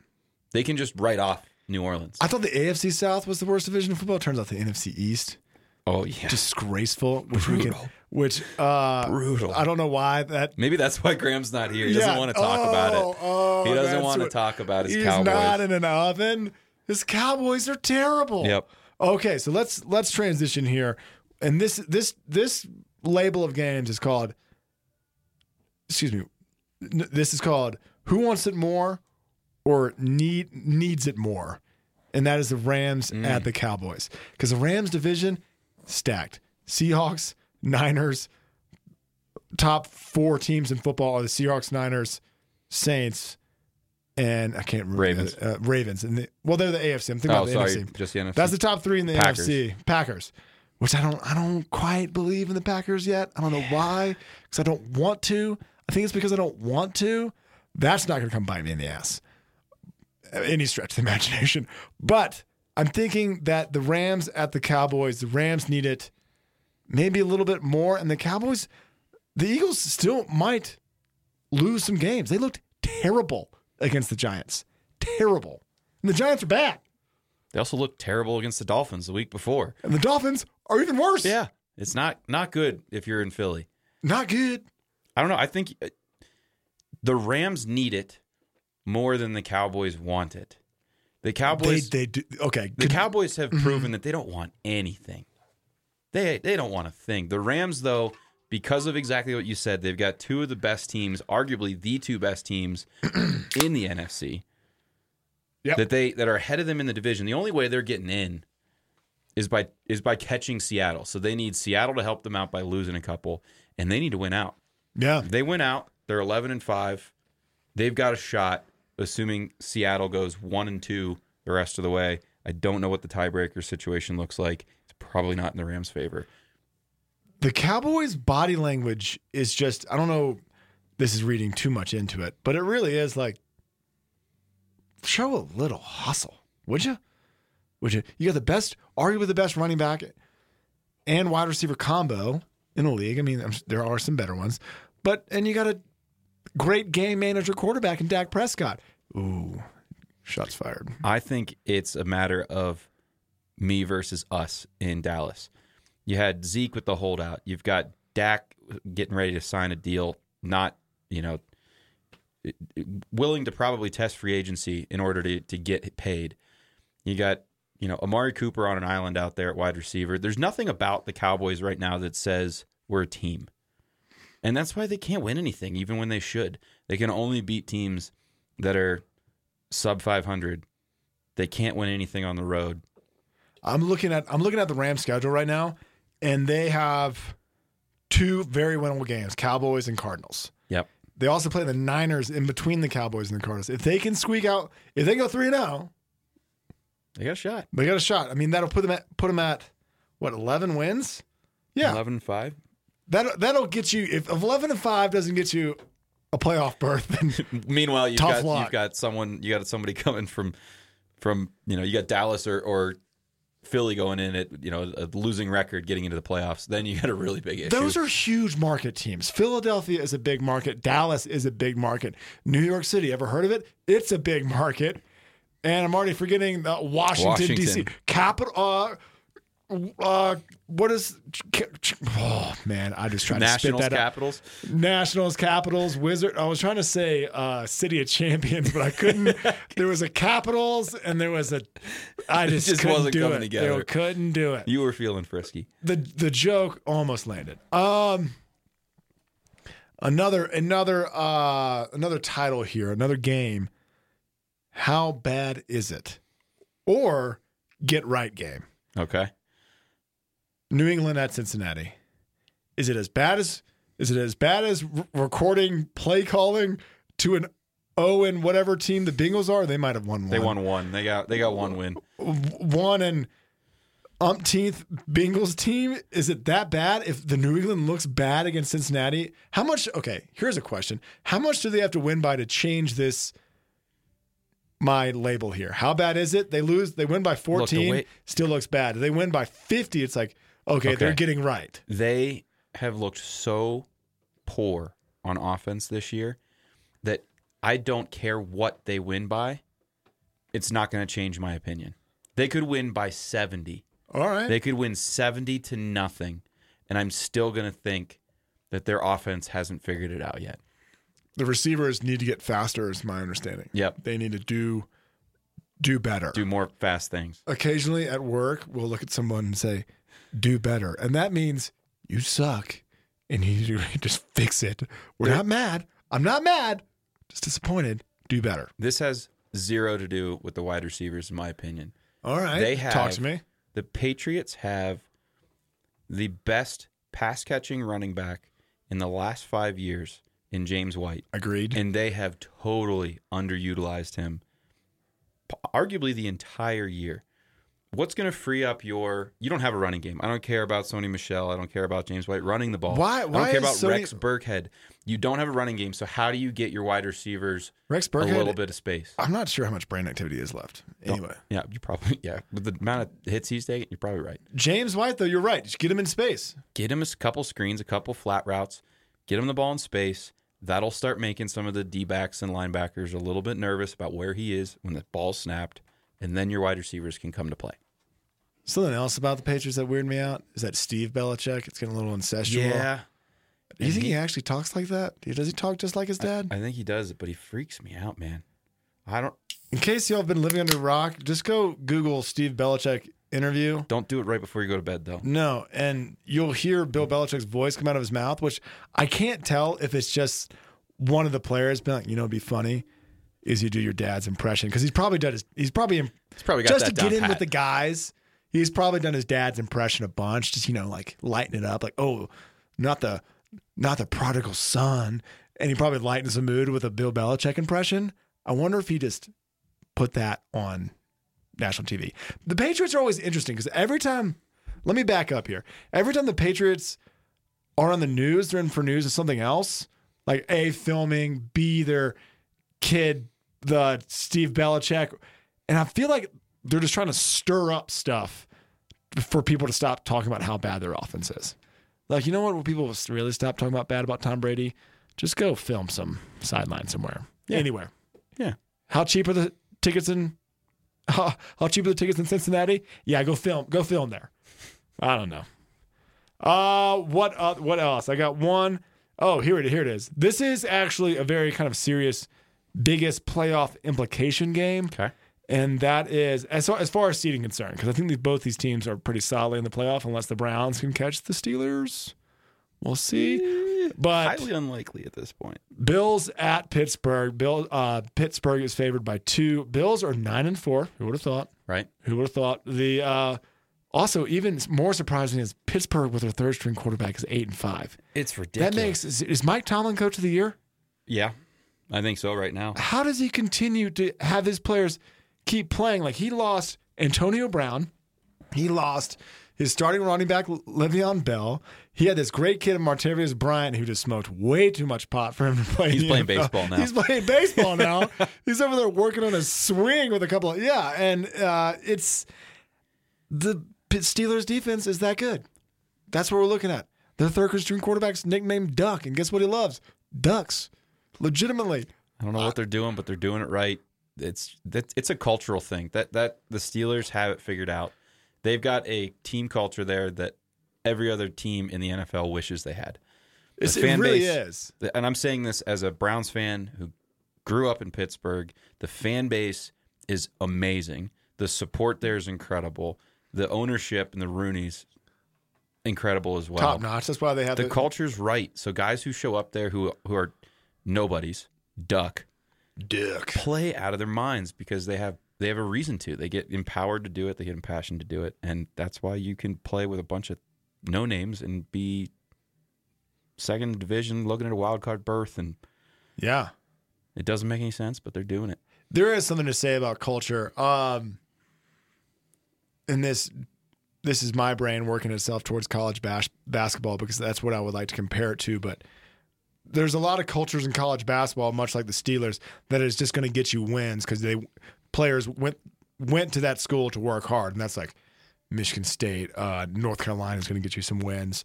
D: They can just write off New Orleans.
C: I thought the AFC South was the worst division of football. Turns out the NFC East.
D: Oh yeah.
C: disgraceful, which we can,
D: Brutal.
C: which uh,
D: Brutal.
C: I don't know why that.
D: Maybe that's why Graham's not here. He doesn't
C: Yeah.
D: want to talk about
C: Oh,
D: it.
C: oh,
D: he doesn't
C: that's
D: want to
C: what-
D: talk about his
C: He's
D: Cowboys.
C: not in an oven. His Cowboys are terrible.
D: Yep.
C: Okay, so let's let's transition here, and this this this label of games is called. Excuse me. N- This is called "Who Wants It More" or "Need Needs It More," and that is the Rams
D: Mm.
C: at the Cowboys because the Rams division stacked. Seahawks, Niners, top four teams in football are the Seahawks, Niners, Saints, and I can't remember
D: Ravens.
C: the- uh, Ravens, and the, well, they're the AFC. I'm thinking
D: Oh,
C: about the
D: sorry,
C: NFC.
D: just the NFC.
C: That's the top three in the
D: Packers.
C: NFC. Packers, which I don't, I don't quite believe in the Packers yet. I don't know why, because I don't want to. I think it's because I don't want to. That's not going to come bite me in the ass, uh, any stretch of the [laughs] imagination. But I'm thinking that the Rams at the Cowboys, the Rams need it maybe a little bit more, and the Cowboys, the Eagles still might lose some games. They looked terrible against the Giants, terrible, and the Giants are back.
D: They also looked terrible against the Dolphins the week before.
C: And the Dolphins are even worse.
D: Yeah, it's not not good if you're in Philly.
C: Not good.
D: I don't know. I think uh, the Rams need it more than the Cowboys want it. The
C: They,
D: Cowboys
C: they do. Okay.
D: the Cowboys have proven that they don't want anything. They they don't want a thing. The Rams though, because of exactly what you said, they've got two of the best teams, arguably the two best teams in the NFC.
C: Yep.
D: That they that are ahead of them in the division. The only way they're getting in is by is by catching Seattle. So they need Seattle to help them out by losing a couple and they need to win out.
C: yeah.
D: They went out. They're eleven and five. They've got a shot, assuming Seattle goes one and two the rest of the way. I don't know what the tiebreaker situation looks like. It's probably not in the Rams' favor.
C: The Cowboys' body language is just, I don't know, this is reading too much into it, but it really is like, show a little hustle, would you? Would you? You got the best, arguably the best running back and wide receiver combo in the league. I mean, I'm, there are some better ones, but, and you got a great game manager quarterback in Dak Prescott. Ooh, shots fired.
D: I think it's a matter of me versus us in Dallas. You had Zeke with the holdout. You've got Dak getting ready to sign a deal, not you know willing to probably test free agency in order to to get paid. You got you know Amari Cooper on an island out there at wide receiver. There's nothing about the Cowboys right now that says we're a team. And that's why they can't win anything even when they should. They can only beat teams that are sub 500. They can't win anything on the road.
C: I'm looking at I'm looking at the Rams schedule right now, and they have two very winnable games: Cowboys and Cardinals.
D: Yep.
C: They also play the Niners in between the Cowboys and the Cardinals. If they can squeak out, if they go three and zero,
D: They got a shot.
C: they got a shot. I mean, that'll put them at put them at what eleven wins. Yeah,
D: 11 5.
C: that that'll get you. If eleven and five doesn't get you a playoff berth, [laughs] then
D: Meanwhile, you've
C: Tough
D: got
C: lot.
D: you've got someone you got somebody [laughs] coming from from, you know, you got Dallas or or Philly going in at, you know, a losing record getting into the playoffs. Then you got a really big issue.
C: Those are huge market teams. Philadelphia is a big market. Dallas is a big market. New York City, ever heard of it? It's a big market. And I'm already forgetting the Washington, D.C.
D: Washington.
C: Capital. Uh, uh, what is? Oh man, I just tried
D: Nationals,
C: to spit that out.
D: Capitals.
C: Nationals, Capitals, Wizard. I was trying to say uh, City of Champions, but I
D: [laughs]
C: couldn't. there was a Capitals, and there was a. I just,
D: just
C: couldn't
D: wasn't
C: do
D: coming
C: it.
D: together.
C: They couldn't do it
D: You were feeling frisky.
C: the the joke almost landed. Um another another uh another title here, another game. How bad is it? Or get right game.
D: Okay.
C: New England at Cincinnati. Is it as bad as is it as bad as r- recording play calling to an O and whatever team the Bengals are? They might have won one.
D: They won one. They got they got one win.
C: one and umpteenth Bengals team? Is it that bad if the New England looks bad against Cincinnati? How much? Okay, here's a question: How much do they have to win by to change this? My label here. How bad is it? They lose. They win by 14.
D: way-
C: still looks bad. They win by 50. It's like okay,
D: Okay.
C: they're getting right.
D: they have looked so poor on offense this year that I don't care what they win by. It's not going to change my opinion. They could win by 70
C: All right.
D: They could win 70 to nothing, and I'm still going to think that their offense hasn't figured it out yet.
C: the receivers need to get faster, is my understanding.
D: Yep.
C: They need to do do better.
D: Do more fast things.
C: Occasionally at work, we'll look at someone and say, do better. And that means you suck and you need to [laughs] just fix it. We're not mad. I'm not mad. Just disappointed. Do better.
D: This has zero to do with the wide receivers, in my opinion.
C: All right.
D: They have-
C: Talk to me.
D: The Patriots have the best pass catching running back in the last five years in James White,
C: Agreed.
D: and they have totally underutilized him, p- arguably the entire year. What's going to free up your? You don't have a running game. I don't care about Sony Michelle. I don't care about James White running the ball.
C: Why-
D: I don't
C: why
D: care
C: is
D: about
C: Sony-
D: Rex Burkhead. You don't have a running game. So how do you get your wide receivers
C: Rex
D: a
C: Burkhead.
D: little bit of space?
C: I'm not sure how much brain activity is left. Anyway,
D: Yeah, you probably yeah. With the amount of hits he's taking, you're probably right.
C: James White, though, you're right. Just get him in space.
D: Get him a couple screens, a couple flat routes, get him the ball in space. That'll start making some of the D backs and linebackers a little bit nervous about where he is when the ball's snapped, and then your wide receivers can come to play.
C: Something else about the Patriots that weirded me out is that Steve Belichick. It's getting a little incestual. Do you think he, actually talks like that? Does he talk just like his dad?
D: I think he does it, but he freaks me out, man. I don't
C: in case y'all have been living under a rock, just go Google Steve Belichick interview.
D: don't do it right before you go to bed though.
C: No, and you'll hear Bill Belichick's voice come out of his mouth, which I can't tell if it's just one of the players being like, you know, it'd be funny is you do your dad's impression because he's probably done his, he's probably im-
D: He's probably got
C: just
D: that
C: to
D: down
C: get in
D: pat.
C: with the guys. He's probably done his dad's impression a bunch, just you know, like lighten it up, like oh, not the not the prodigal son, and he probably lightens the mood with a Bill Belichick impression. I wonder if he just put that on national TV. The Patriots are always interesting because every time, let me back up here. Every time the Patriots are on the news, they're in for news of something else, like A, filming, B, their kid, the Steve Belichick. And I feel like they're just trying to stir up stuff for people to stop talking about how bad their offense is. Like, you know what? When people really stop talking about bad about Tom Brady, just go film some sideline somewhere, anywhere.
D: Yeah.
C: How cheap are the tickets in [laughs] how, how cheap are the tickets in Cincinnati? Yeah, go film. Go film there. I don't know. Uh, what uh, what else? I got one. Oh, here it here it is. This is actually a very kind of serious, biggest playoff implication game.
D: Okay.
C: And that is as far as, far as seeding concerned, because I think these, both these teams are pretty solidly in the playoff, unless the Browns can catch the Steelers. We'll see. But
D: Eh, Highly unlikely at this point.
C: Bills at Pittsburgh. Bill uh, Pittsburgh is favored by two. Bills are nine and four. Who would have thought?
D: Right?
C: Who would have thought? The uh, also even more surprising is Pittsburgh with their third string quarterback is eight and five.
D: It's
C: That
D: ridiculous.
C: makes is, is Mike Tomlin coach of the year?
D: Yeah. I think so right now.
C: How does he continue to have his players keep playing? Like he lost Antonio Brown, he lost his starting running back Le'Veon Bell. He had this great kid Martavius Bryant who just smoked way too much pot for him to play. in
D: He's
C: the
D: playing
C: NFL.
D: baseball now.
C: He's playing baseball now. [laughs] He's over there working on a swing with a couple of yeah, and uh, it's the Pitt Steelers defense is that good. That's what we're looking at. Their third string quarterback's nicknamed Duck, and guess what he loves? Ducks. Legitimately.
D: I don't know what they're doing, but they're doing it right. It's that it's a cultural thing. That that the Steelers have it figured out. They've got a team culture there that every other team in the NFL wishes they had.
C: It's,
D: The fan
C: it really
D: base-
C: is.
D: The- And I'm saying this as a Browns fan who grew up in Pittsburgh. The fan base is amazing. The support there is incredible. The ownership and the Rooney's incredible as well.
C: Top notch. That's why they have
D: The
C: the,
D: culture's right. So guys who show up there who who are nobodies, duck,
C: dick.
D: play out of their minds because they have they have a reason to. They get empowered to do it. They get impassioned to do it, and that's why you can play with a bunch of no names and be second division, looking at a wild card berth, and
C: Yeah.
D: it doesn't make any sense, but they're doing it.
C: There is something to say about culture. Um and this this is my brain working itself towards college bas- basketball because that's what I would like to compare it to, but there's a lot of cultures in college basketball, much like the Steelers, that is just going to get you wins because they players went went to that school to work hard, and that's like Michigan State, uh, North Carolina is going to get you some wins.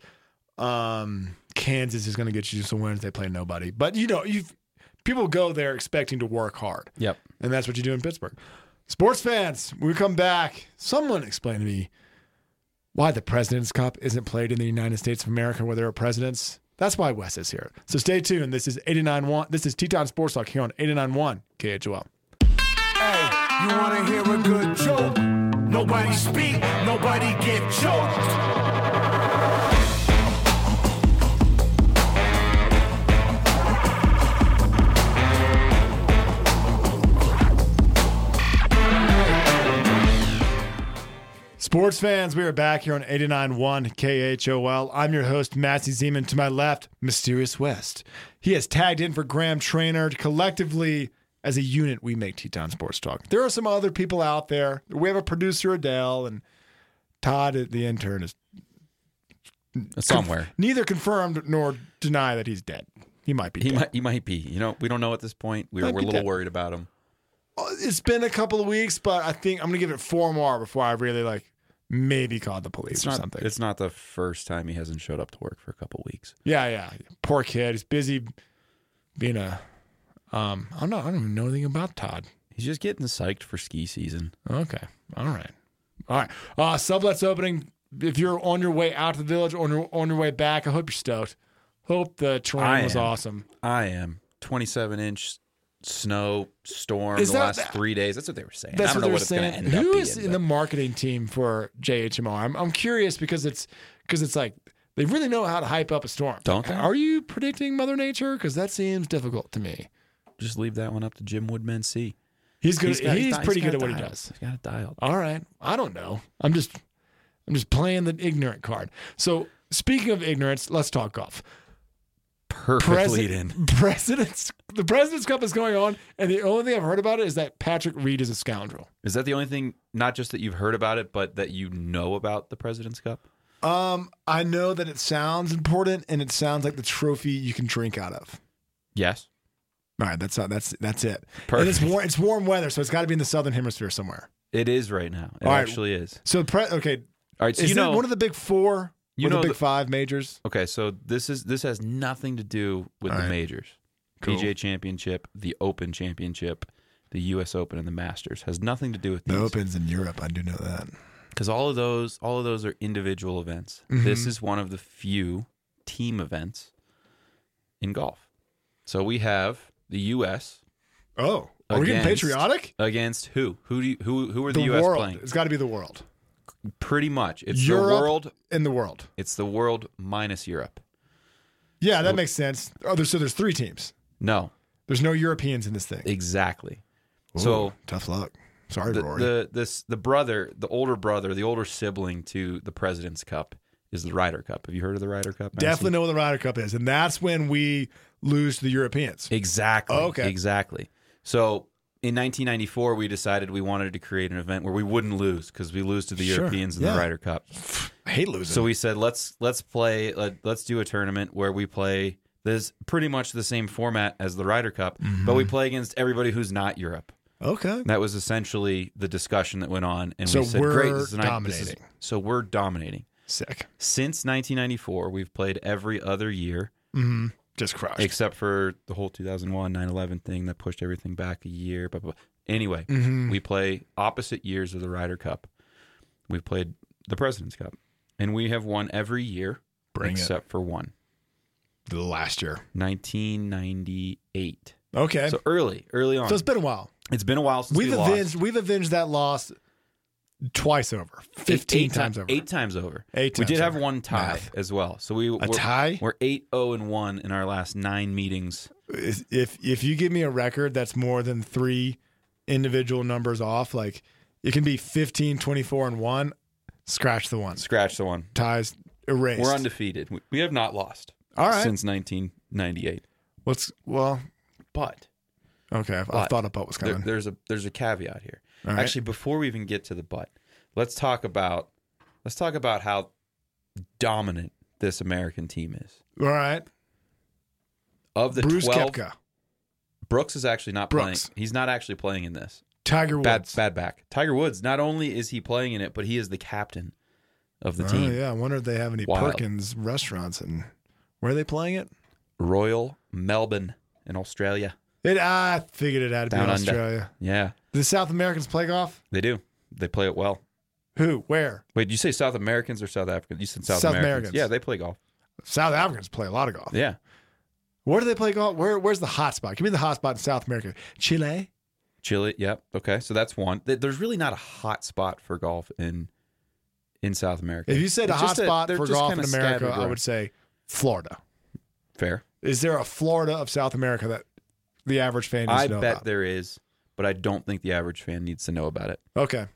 C: Um, Kansas is going to get you some wins. They play nobody, but you know you people go there expecting to work hard,
D: Yep.
C: and that's what you do in Pittsburgh. Sports fans, we come back. Someone explain to me why the President's Cup isn't played in the United States of America where there are presidents. That's why Wes is here. So stay tuned. This is 89.1. This is Teton Sports Talk here on 89.1 KHOL.
B: Hey, you wanna hear a good joke? Nobody speak, nobody get choked.
C: Sports fans, we are back here on 89.1 KHOL. I'm your host, Massey Zeman. To my left, Mysterious West. He has tagged in for Graham Trainer. Collectively, as a unit, we make Teton Sports Talk. There are some other people out there. We have a producer, Adele, and Todd, uh, the intern, is
D: somewhere.
C: neither confirmed nor deny that he's dead. He might be
D: He
C: dead.
D: might, he might be. You know, we don't know at this point. We're,
C: Might
D: we're a
C: be
D: little
C: dead.
D: worried about him.
C: Uh, It's been a couple of weeks, but I think I'm going to give it four more before I really like maybe call the police
D: It's
C: or
D: not,
C: something.
D: It's not the first time he hasn't showed up to work for a couple weeks.
C: Yeah, yeah. Poor kid. He's busy being a. Um, I don't know. I don't even know anything about Todd.
D: He's just getting psyched for ski season.
C: Okay. All right. All right. Uh, sublet's opening. If you're on your way out to the village or on your, on your way back, I hope you're stoked. Hope the terrain
D: I
C: was
D: am.
C: awesome.
D: I am. 27 inch snow storm
C: Is
D: the
C: that-
D: last three days. That's what they were saying.
C: That's
D: I don't
C: what
D: know
C: they're
D: what it's going to
C: saying.
D: end
C: Who
D: up
C: is
D: being,
C: in the marketing team for JHMR? I'm, I'm curious because it's because it's like they really know how to hype up a storm.
D: Don't they?
C: Are you predicting Mother Nature? Because that seems difficult to me.
D: but Just leave that one up to Jim Woodman C.
C: He's good. He's,
D: got- got-
C: pretty
D: he's
C: good at
D: got
C: what he
D: dialed.
C: does.
D: He's got it dialed.
C: All right. I don't know. I'm just I'm just playing the ignorant card. So speaking of ignorance, let's talk golf.
D: Perfect lead
C: President,
D: in.
C: [laughs] President's the President's Cup is going on, and the only thing I've heard about it is that Patrick Reed is a scoundrel.
D: Is that the only thing, not just that you've heard about it, but that you know about the President's Cup?
C: Um, I know that it sounds important and it sounds like the trophy you can drink out of.
D: Yes.
C: All right, that's that's that's it. And it's
D: Perfect.
C: warm. It's warm weather, so it's got to be in the southern hemisphere somewhere.
D: It is right now. It
C: All right.
D: actually is.
C: So pre- okay,
D: All right. So
C: is
D: you know,
C: it one of the big four?
D: You
C: or
D: know
C: the big
D: the-
C: five majors.
D: Okay, so this is this has nothing to do with
C: All
D: the
C: right.
D: majors.
C: Cool.
D: PGA Championship, the Open Championship, the U.S. Open, and the Masters has nothing to do with these
C: Opens in Europe, I do know that.
D: because all of those all of those are individual events.
C: Mm-hmm.
D: This is one of the few team events in golf. So we have the U.S.
C: Oh, are we getting
D: Against-
C: patriotic?
D: against who? Who do you, who who are the,
C: The
D: U.S.
C: world.
D: playing?
C: It's got to be the world.
D: Pretty much, it's the
C: Europe-
D: world.
C: In the world.
D: It's the world minus Europe.
C: Yeah, that makes sense. Oh, there's, so there's three teams.
D: No,
C: There's no Europeans in this thing.
D: exactly. so
C: tough luck. Sorry,
D: the,
C: Rory.
D: the this the brother, the older brother, the older sibling to the President's Cup is the Ryder Cup. Have you heard of the Ryder Cup? Madison?
C: Definitely know what the Ryder Cup is, and that's when we lose to the Europeans.
D: Exactly.
C: Oh, Okay.
D: Exactly. So in 1994, we decided we wanted to create an event where we wouldn't lose because we lose to the
C: Sure,
D: Europeans in
C: yeah.
D: the Ryder Cup.
C: I hate losing.
D: So we said let's let's play let, let's do a tournament where we play this pretty much the same format as the Ryder Cup, but
C: Mm-hmm.
D: we play against everybody who's not Europe.
C: okay.
D: And that was essentially the discussion that went on, and
C: So
D: we said,
C: we're
D: "Great, this is an- this is-
C: dominating.
D: so we're dominating.
C: Sick.
D: Since 1994, we've played every other year
C: Just crushed.
D: except for the whole 2001 9/11 thing that pushed everything back a year. But anyway,
C: Mm-hmm.
D: we play opposite years of the Ryder Cup. We've played the President's Cup, and we have won every year
C: Bring it.
D: except for one,
C: the last year.
D: 1998.
C: Okay. So,
D: So early, early on.
C: it's been a while.
D: it's been a while since
C: We've
D: we
C: avenged.
D: lost.
C: We've avenged that loss twice over. Fifteen
D: Eight- eight
C: times
D: ti-
C: over.
D: Eight times over.
C: Eight
D: we
C: times
D: did have
C: over.
D: one tie
C: Math.
D: as well. So we
C: A tie?
D: We're eight zero and one in our last nine meetings.
C: If if- if you give me a record that's more than three individual numbers off, like it can be 15, 24, and one. Scratch the one.
D: Scratch the one.
C: Ties erased.
D: We're undefeated. We- We have not lost
C: All right.
D: since 1998.
C: What's well?
D: But
C: Okay, I, I
D: But-
C: thought about was
D: there-
C: coming.
D: there's a there's a caveat here.
C: All right.
D: Actually, before we even get to the but, let's talk about let's talk about how dominant this American team is.
C: All right,
D: Of the
C: Bruce
D: 12,
C: Kepka,
D: Brooks is actually not
C: Brooks.
D: playing. He's not actually playing in this.
C: Tiger Woods.
D: Bad bad back. Tiger Woods. Not only is he playing in it, but he is the captain of the
C: Oh,
D: team.
C: yeah, I wonder if they have any
D: Wild.
C: Perkins restaurants and where are they playing it?
D: Royal Melbourne in Australia.
C: It I figured it had to be
D: Down
C: in
D: under.
C: Australia.
D: Yeah,
C: The South Americans play golf.
D: they do. They play it well.
C: Who? Where?
D: Wait, did you say South Americans or South Africans? You said South,
C: South Americans.
D: Americans. Yeah, they play golf.
C: South Africans play a lot of golf.
D: Yeah.
C: Where do they play golf? Where? Where's the hot spot? Give me the hot spot in South America. Chile.
D: Chile. Yep. Okay. So that's one. Th- There's really not a hot spot for golf in in South America.
C: If you said
D: It's
C: a hot
D: just that
C: spot
D: they're
C: for
D: just
C: golf in
D: kinda
C: America,
D: scattered
C: I
D: around.
C: would say Florida.
D: fair.
C: Is there a Florida of South America that the average fan needs
D: I
C: to know
D: bet
C: about?
D: there is, but I don't think the average fan needs to know about it.
C: Okay.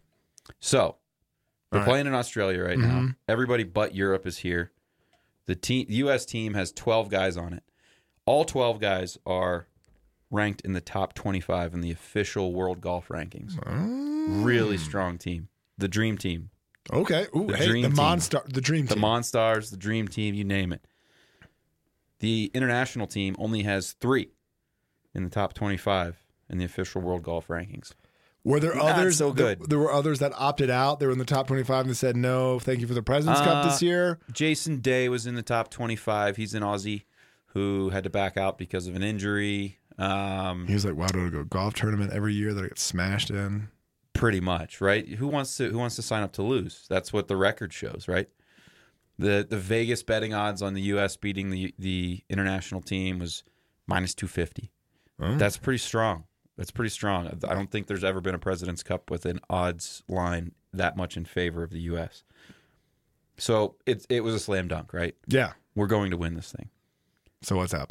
D: So we're
C: All right. Mm-hmm.
D: playing in Australia right now. Everybody but Europe is here. The team, U.S. team has 12 guys on it. All 12 guys are ranked in the top 25 in the official world golf rankings.
C: Mm.
D: Really strong team. The dream team.
C: Okay. Ooh,
D: The
C: hey,
D: dream
C: the
D: team.
C: monster, the dream
D: The
C: team.
D: Monstars, the dream team, you name it. The international team only has three in the top 25 in the official world golf rankings.
C: were there
D: Not
C: others?
D: so
C: th- There,
D: good.
C: were others that opted out. They were in the top twenty-five and said no. Thank you for the Presidents Cup
D: Uh,
C: this year.
D: Jason Day was in the top 25. He's an Aussie who had to back out because of an injury. Um,
C: He was like, "Wow, do I go to a golf tournament every year that I get smashed in?"
D: pretty much, right? Who wants to who wants to sign up to lose? That's what the record shows, right? The the Vegas betting odds on the US beating the the international team was minus 250. That's pretty strong. That's pretty strong. I don't think there's ever been a President's Cup with an odds line that much in favor of the US. So it it was a slam dunk, right?
C: Yeah.
D: We're going to win this thing.
C: So what's up?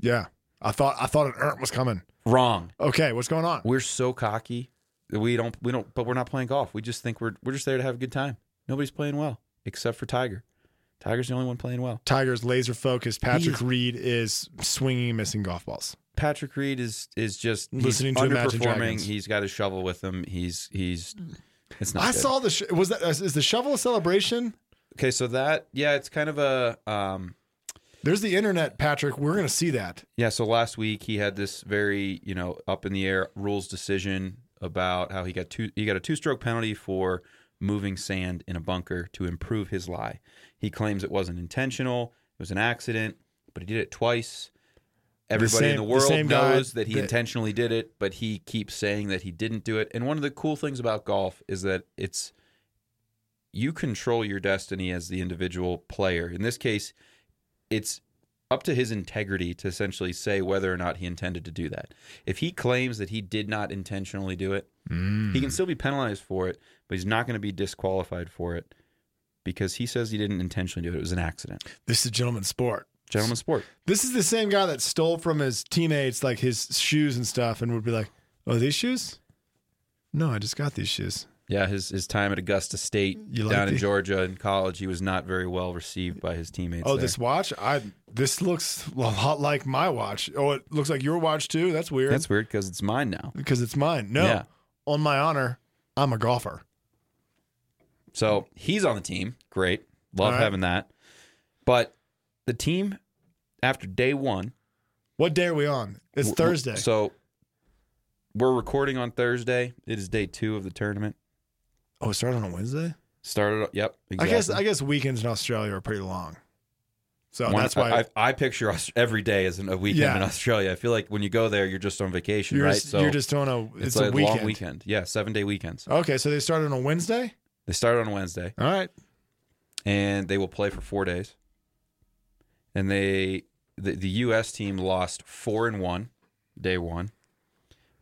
C: Yeah. I thought I thought an ernt was coming.
D: Wrong.
C: Okay, what's going on?
D: We're so cocky. that We don't we don't but we're not playing golf. We just think we're we're just there to have a good time. Nobody's playing well except for Tiger. Tiger's the only one playing well.
C: Tiger's laser focused. Patrick Reed is swinging, missing golf balls.
D: Patrick Reed is is just he's
C: Listening to Imagine
D: underperforming.
C: Dragons.
D: He's got his shovel with him. He's he's it's not
C: I
D: good.
C: saw the sh- was that is the shovel a celebration?
D: Okay, so that yeah, it's kind of a um
C: There's the internet, Patrick. We're gonna see that.
D: Yeah, so last week he had this very, you know, up in the air rules decision about how he got two he got a two-stroke penalty for moving sand in a bunker to improve his lie. He claims it wasn't intentional, it was an accident, but he did it twice. Everybody
C: same-
D: in the
C: the
D: world
C: same guy
D: knows that he
C: that-
D: intentionally did it, but he keeps saying that he didn't do it. And one of the cool things about golf is that it's you control your destiny as the individual player. In this case, it's up to his integrity to essentially say whether or not he intended to do that. If he claims that he did not intentionally do it, he can still be penalized for it, but he's not going to be disqualified for it because he says he didn't intentionally do it. It was an accident.
C: This is gentleman's sport.
D: Gentleman's sport.
C: This is the same guy that stole from his teammates like his shoes and stuff, and would be like, "Oh, these shoes? No, I just got these shoes.
D: Yeah, his his time at Augusta State
C: You like
D: down in
C: the-
D: Georgia in college, he was not very well received by his teammates.
C: Oh,
D: there.
C: this watch? I this looks a lot like my watch. Oh, it looks like your watch too. That's weird.
D: that's weird because it's mine now.
C: because it's mine. No,
D: Yeah.
C: on my honor, I'm a golfer.
D: So he's on the team. Great. Love
C: All right.
D: having that. But the team after day one.
C: What day are we on? It's
D: w-
C: Thursday.
D: So we're recording on Thursday. It is day two of the tournament.
C: oh, it started on a Wednesday.
D: Started. Yep.
C: I guess I guess weekends in Australia are pretty long, so
D: One-
C: that's why
D: I, I, I picture Aus- every day as an- a weekend
C: Yeah.
D: in Australia. I feel like when you go there, you're just on vacation,
C: you're
D: right?
C: just, you're just on a it's,
D: it's,
C: a
D: like
C: weekend. Oh.
D: long weekend. Yeah, seven day weekends.
C: Okay, so they started on a Wednesday.
D: They start on Wednesday.
C: All right,
D: and they will play for four days. And they the, the U.S. team lost four and one day one,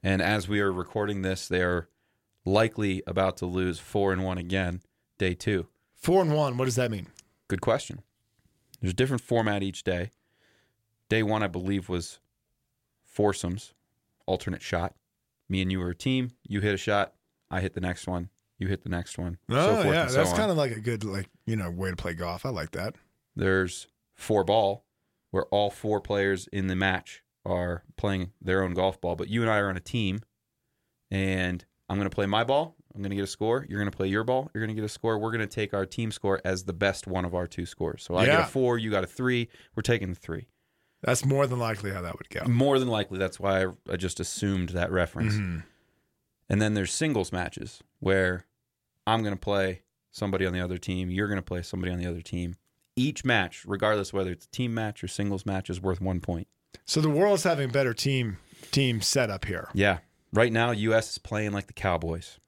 D: and as we are recording this, they are likely about to lose four and one again day two.
C: four and one. What does that mean?
D: Good question. There's a different format each day. Day one, I believe, was foursomes, alternate shot. Me and you were a team. You hit a shot. I hit the next one. You hit the next one. so
C: Oh
D: forth
C: yeah,
D: and so
C: that's
D: on.
C: kind of like a good like you know way to play golf. I like that.
D: there's four ball where all four players in the match are playing their own golf ball but you and i are on a team and i'm going to play my ball i'm going to get a score you're going to play your ball you're going to get a score we're going to take our team score as the best one of our two scores so i get
C: Yeah.
D: a four you got a three we're taking the three
C: That's more than likely how that would go.
D: more than likely that's why i, I just assumed that reference and then there's singles matches where i'm going to play somebody on the other team you're going to play somebody on the other team each match regardless whether it's a team match or singles match is worth one point
C: So the world's having better team team setup here.
D: yeah right now us is playing like the cowboys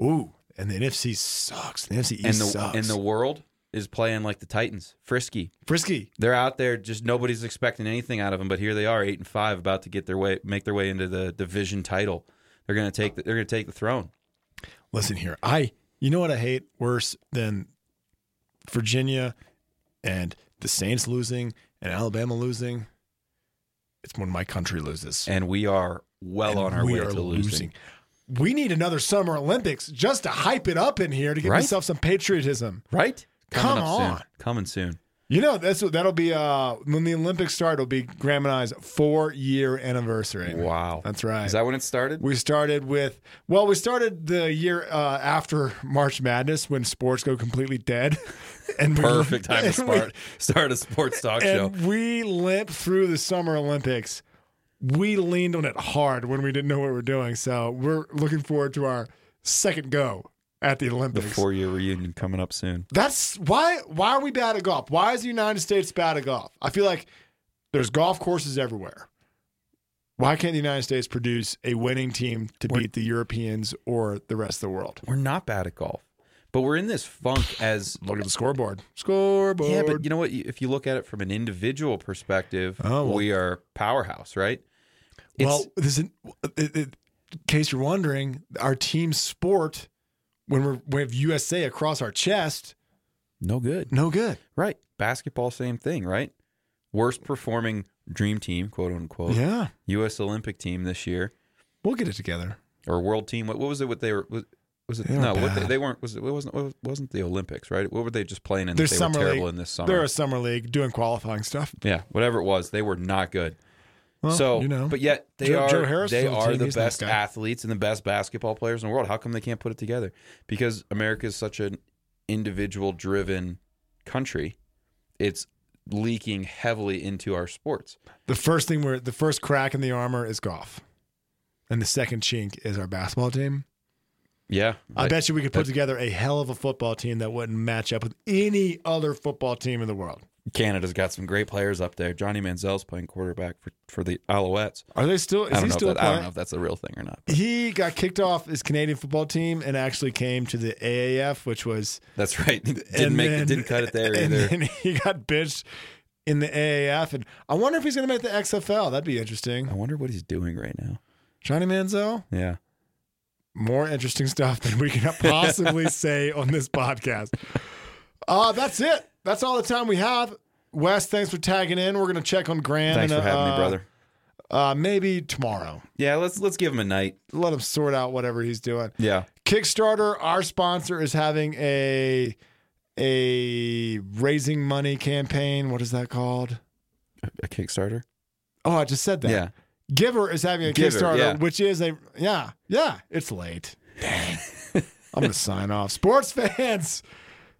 C: Ooh, and the NFC sucks. The NFC East
D: and the
C: sucks.
D: and the world is playing like the Titans, frisky.
C: Frisky,
D: They're out there, just nobody's expecting anything out of them. But here they are, eight and five, about to get their way, make their way into the division title. They're gonna take, the, they're gonna take the throne.
C: listen here. I you know what I hate worse than Virginia and the Saints losing and Alabama losing. It's when my country loses.
D: And we are well
C: And
D: on our
C: we
D: way
C: are
D: to losing.
C: We need another Summer Olympics just to hype it up in here to give
D: Right?
C: myself some patriotism.
D: Right?
C: Come
D: Coming up soon.
C: on.
D: coming soon.
C: You know, that's what that'll be uh when the Olympics start, it'll be Graham and I's four year anniversary.
D: Wow,
C: That's right.
D: Is that when it started?
C: we started with well, we started the year uh, after March Madness when sports go completely dead. [laughs] And we-
D: [laughs]
C: [laughs]
D: Perfect time to
C: and we-
D: start start a sports talk show.
C: And we limped through the Summer Olympics. We leaned on it hard when we didn't know what we were doing. So we're looking forward to our second go at the
D: The
C: Olympics.
D: four year reunion coming up soon.
C: That's why why are we bad at golf? Why is the United States bad at golf? I feel like there's golf courses everywhere. Why can't the United States produce a winning team to beat the Europeans or the rest of the world?
D: We're not bad at golf, but we're in this funk as
C: Look at the scoreboard. Scoreboard.
D: Yeah, but you know what? If you look at it from an individual perspective,
C: Oh, well-
D: we are powerhouse, right? It's,
C: Well, this in, it, it- in case you're wondering, our team sport, when we're, we have USA across our chest,
D: no good,
C: no good.
D: right? Basketball, same thing, right? Worst performing dream team, quote unquote,
C: Yeah.
D: U.S. Olympic team this year
C: We'll get it together.
D: or world team. What, what was it? What they were? Was, was it
C: They were
D: no? What they,
C: bad.
D: they weren't. Was it? It wasn't. It wasn't the Olympics, right? What were they just playing in? that
C: Their
D: they were
C: summer
D: terrible
C: league-
D: in this summer.
C: They're a summer league doing qualifying stuff.
D: yeah, whatever it was, they were not good.
C: Well,
D: so
C: you know,
D: but yet they
C: Joe-
D: are
C: Joe Harris
D: they
C: is on the
D: are
C: team.
D: the
C: He's a nice
D: best
C: guy.
D: athletes and the best basketball players in the world. How come they can't put it together? Because America is such an individual driven country. It's leaking heavily into our sports.
C: the first thing we're the first crack in the armor is golf, and the second chink is our basketball team.
D: Yeah.
C: I bet you we could put
D: that-
C: together a hell of a football team that wouldn't match up with any other football team in the world.
D: Canada's got some great players up there. Johnny Manziel's playing quarterback for, for the Alouettes.
C: Are they still? Is
D: I don't,
C: he
D: know if
C: still
D: that- I
C: playing?
D: don't know if that's a real thing or not.
C: He got kicked off his Canadian football team and actually came to the AAF, which was
D: That's right. [laughs] Didn't
C: and
D: make
C: then-
D: it didn't cut it there
C: [laughs] and
D: either.
C: then he got bitched in the AAF, and I wonder if he's going to make the XFL. That'd be interesting.
D: I wonder what he's doing right now.
C: Johnny Manziel,
D: Yeah.
C: more interesting stuff than we can
D: [laughs]
C: possibly say on this podcast. Uh, that's it. That's all the time we have. Wes, thanks for tagging in. We're going to check on Graham.
D: Thanks
C: and,
D: for having
C: uh,
D: me, brother.
C: Uh, maybe tomorrow.
D: Yeah, let's let's give him a night.
C: Let him sort out whatever he's doing.
D: Yeah.
C: Kickstarter, our sponsor, is having a a raising money campaign. What is that called?
D: A Kickstarter?
C: Oh, I just said that.
D: Yeah.
C: Giver is having a
D: Giver,
C: Kickstarter,
D: yeah.
C: which is a yeah, yeah. It's late. Dang. I'm gonna sign off. Sports fans.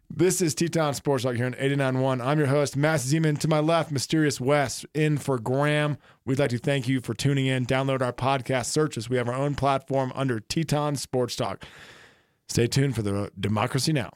C: This is Teton Sports Talk here on 89.1. I'm your host, Matt Zeman. To my left, Mysterious West, in for Graham. We'd like to thank you for tuning in. Download our podcast, search us. We have our own platform under Teton Sports Talk. Stay tuned for the Democracy Now!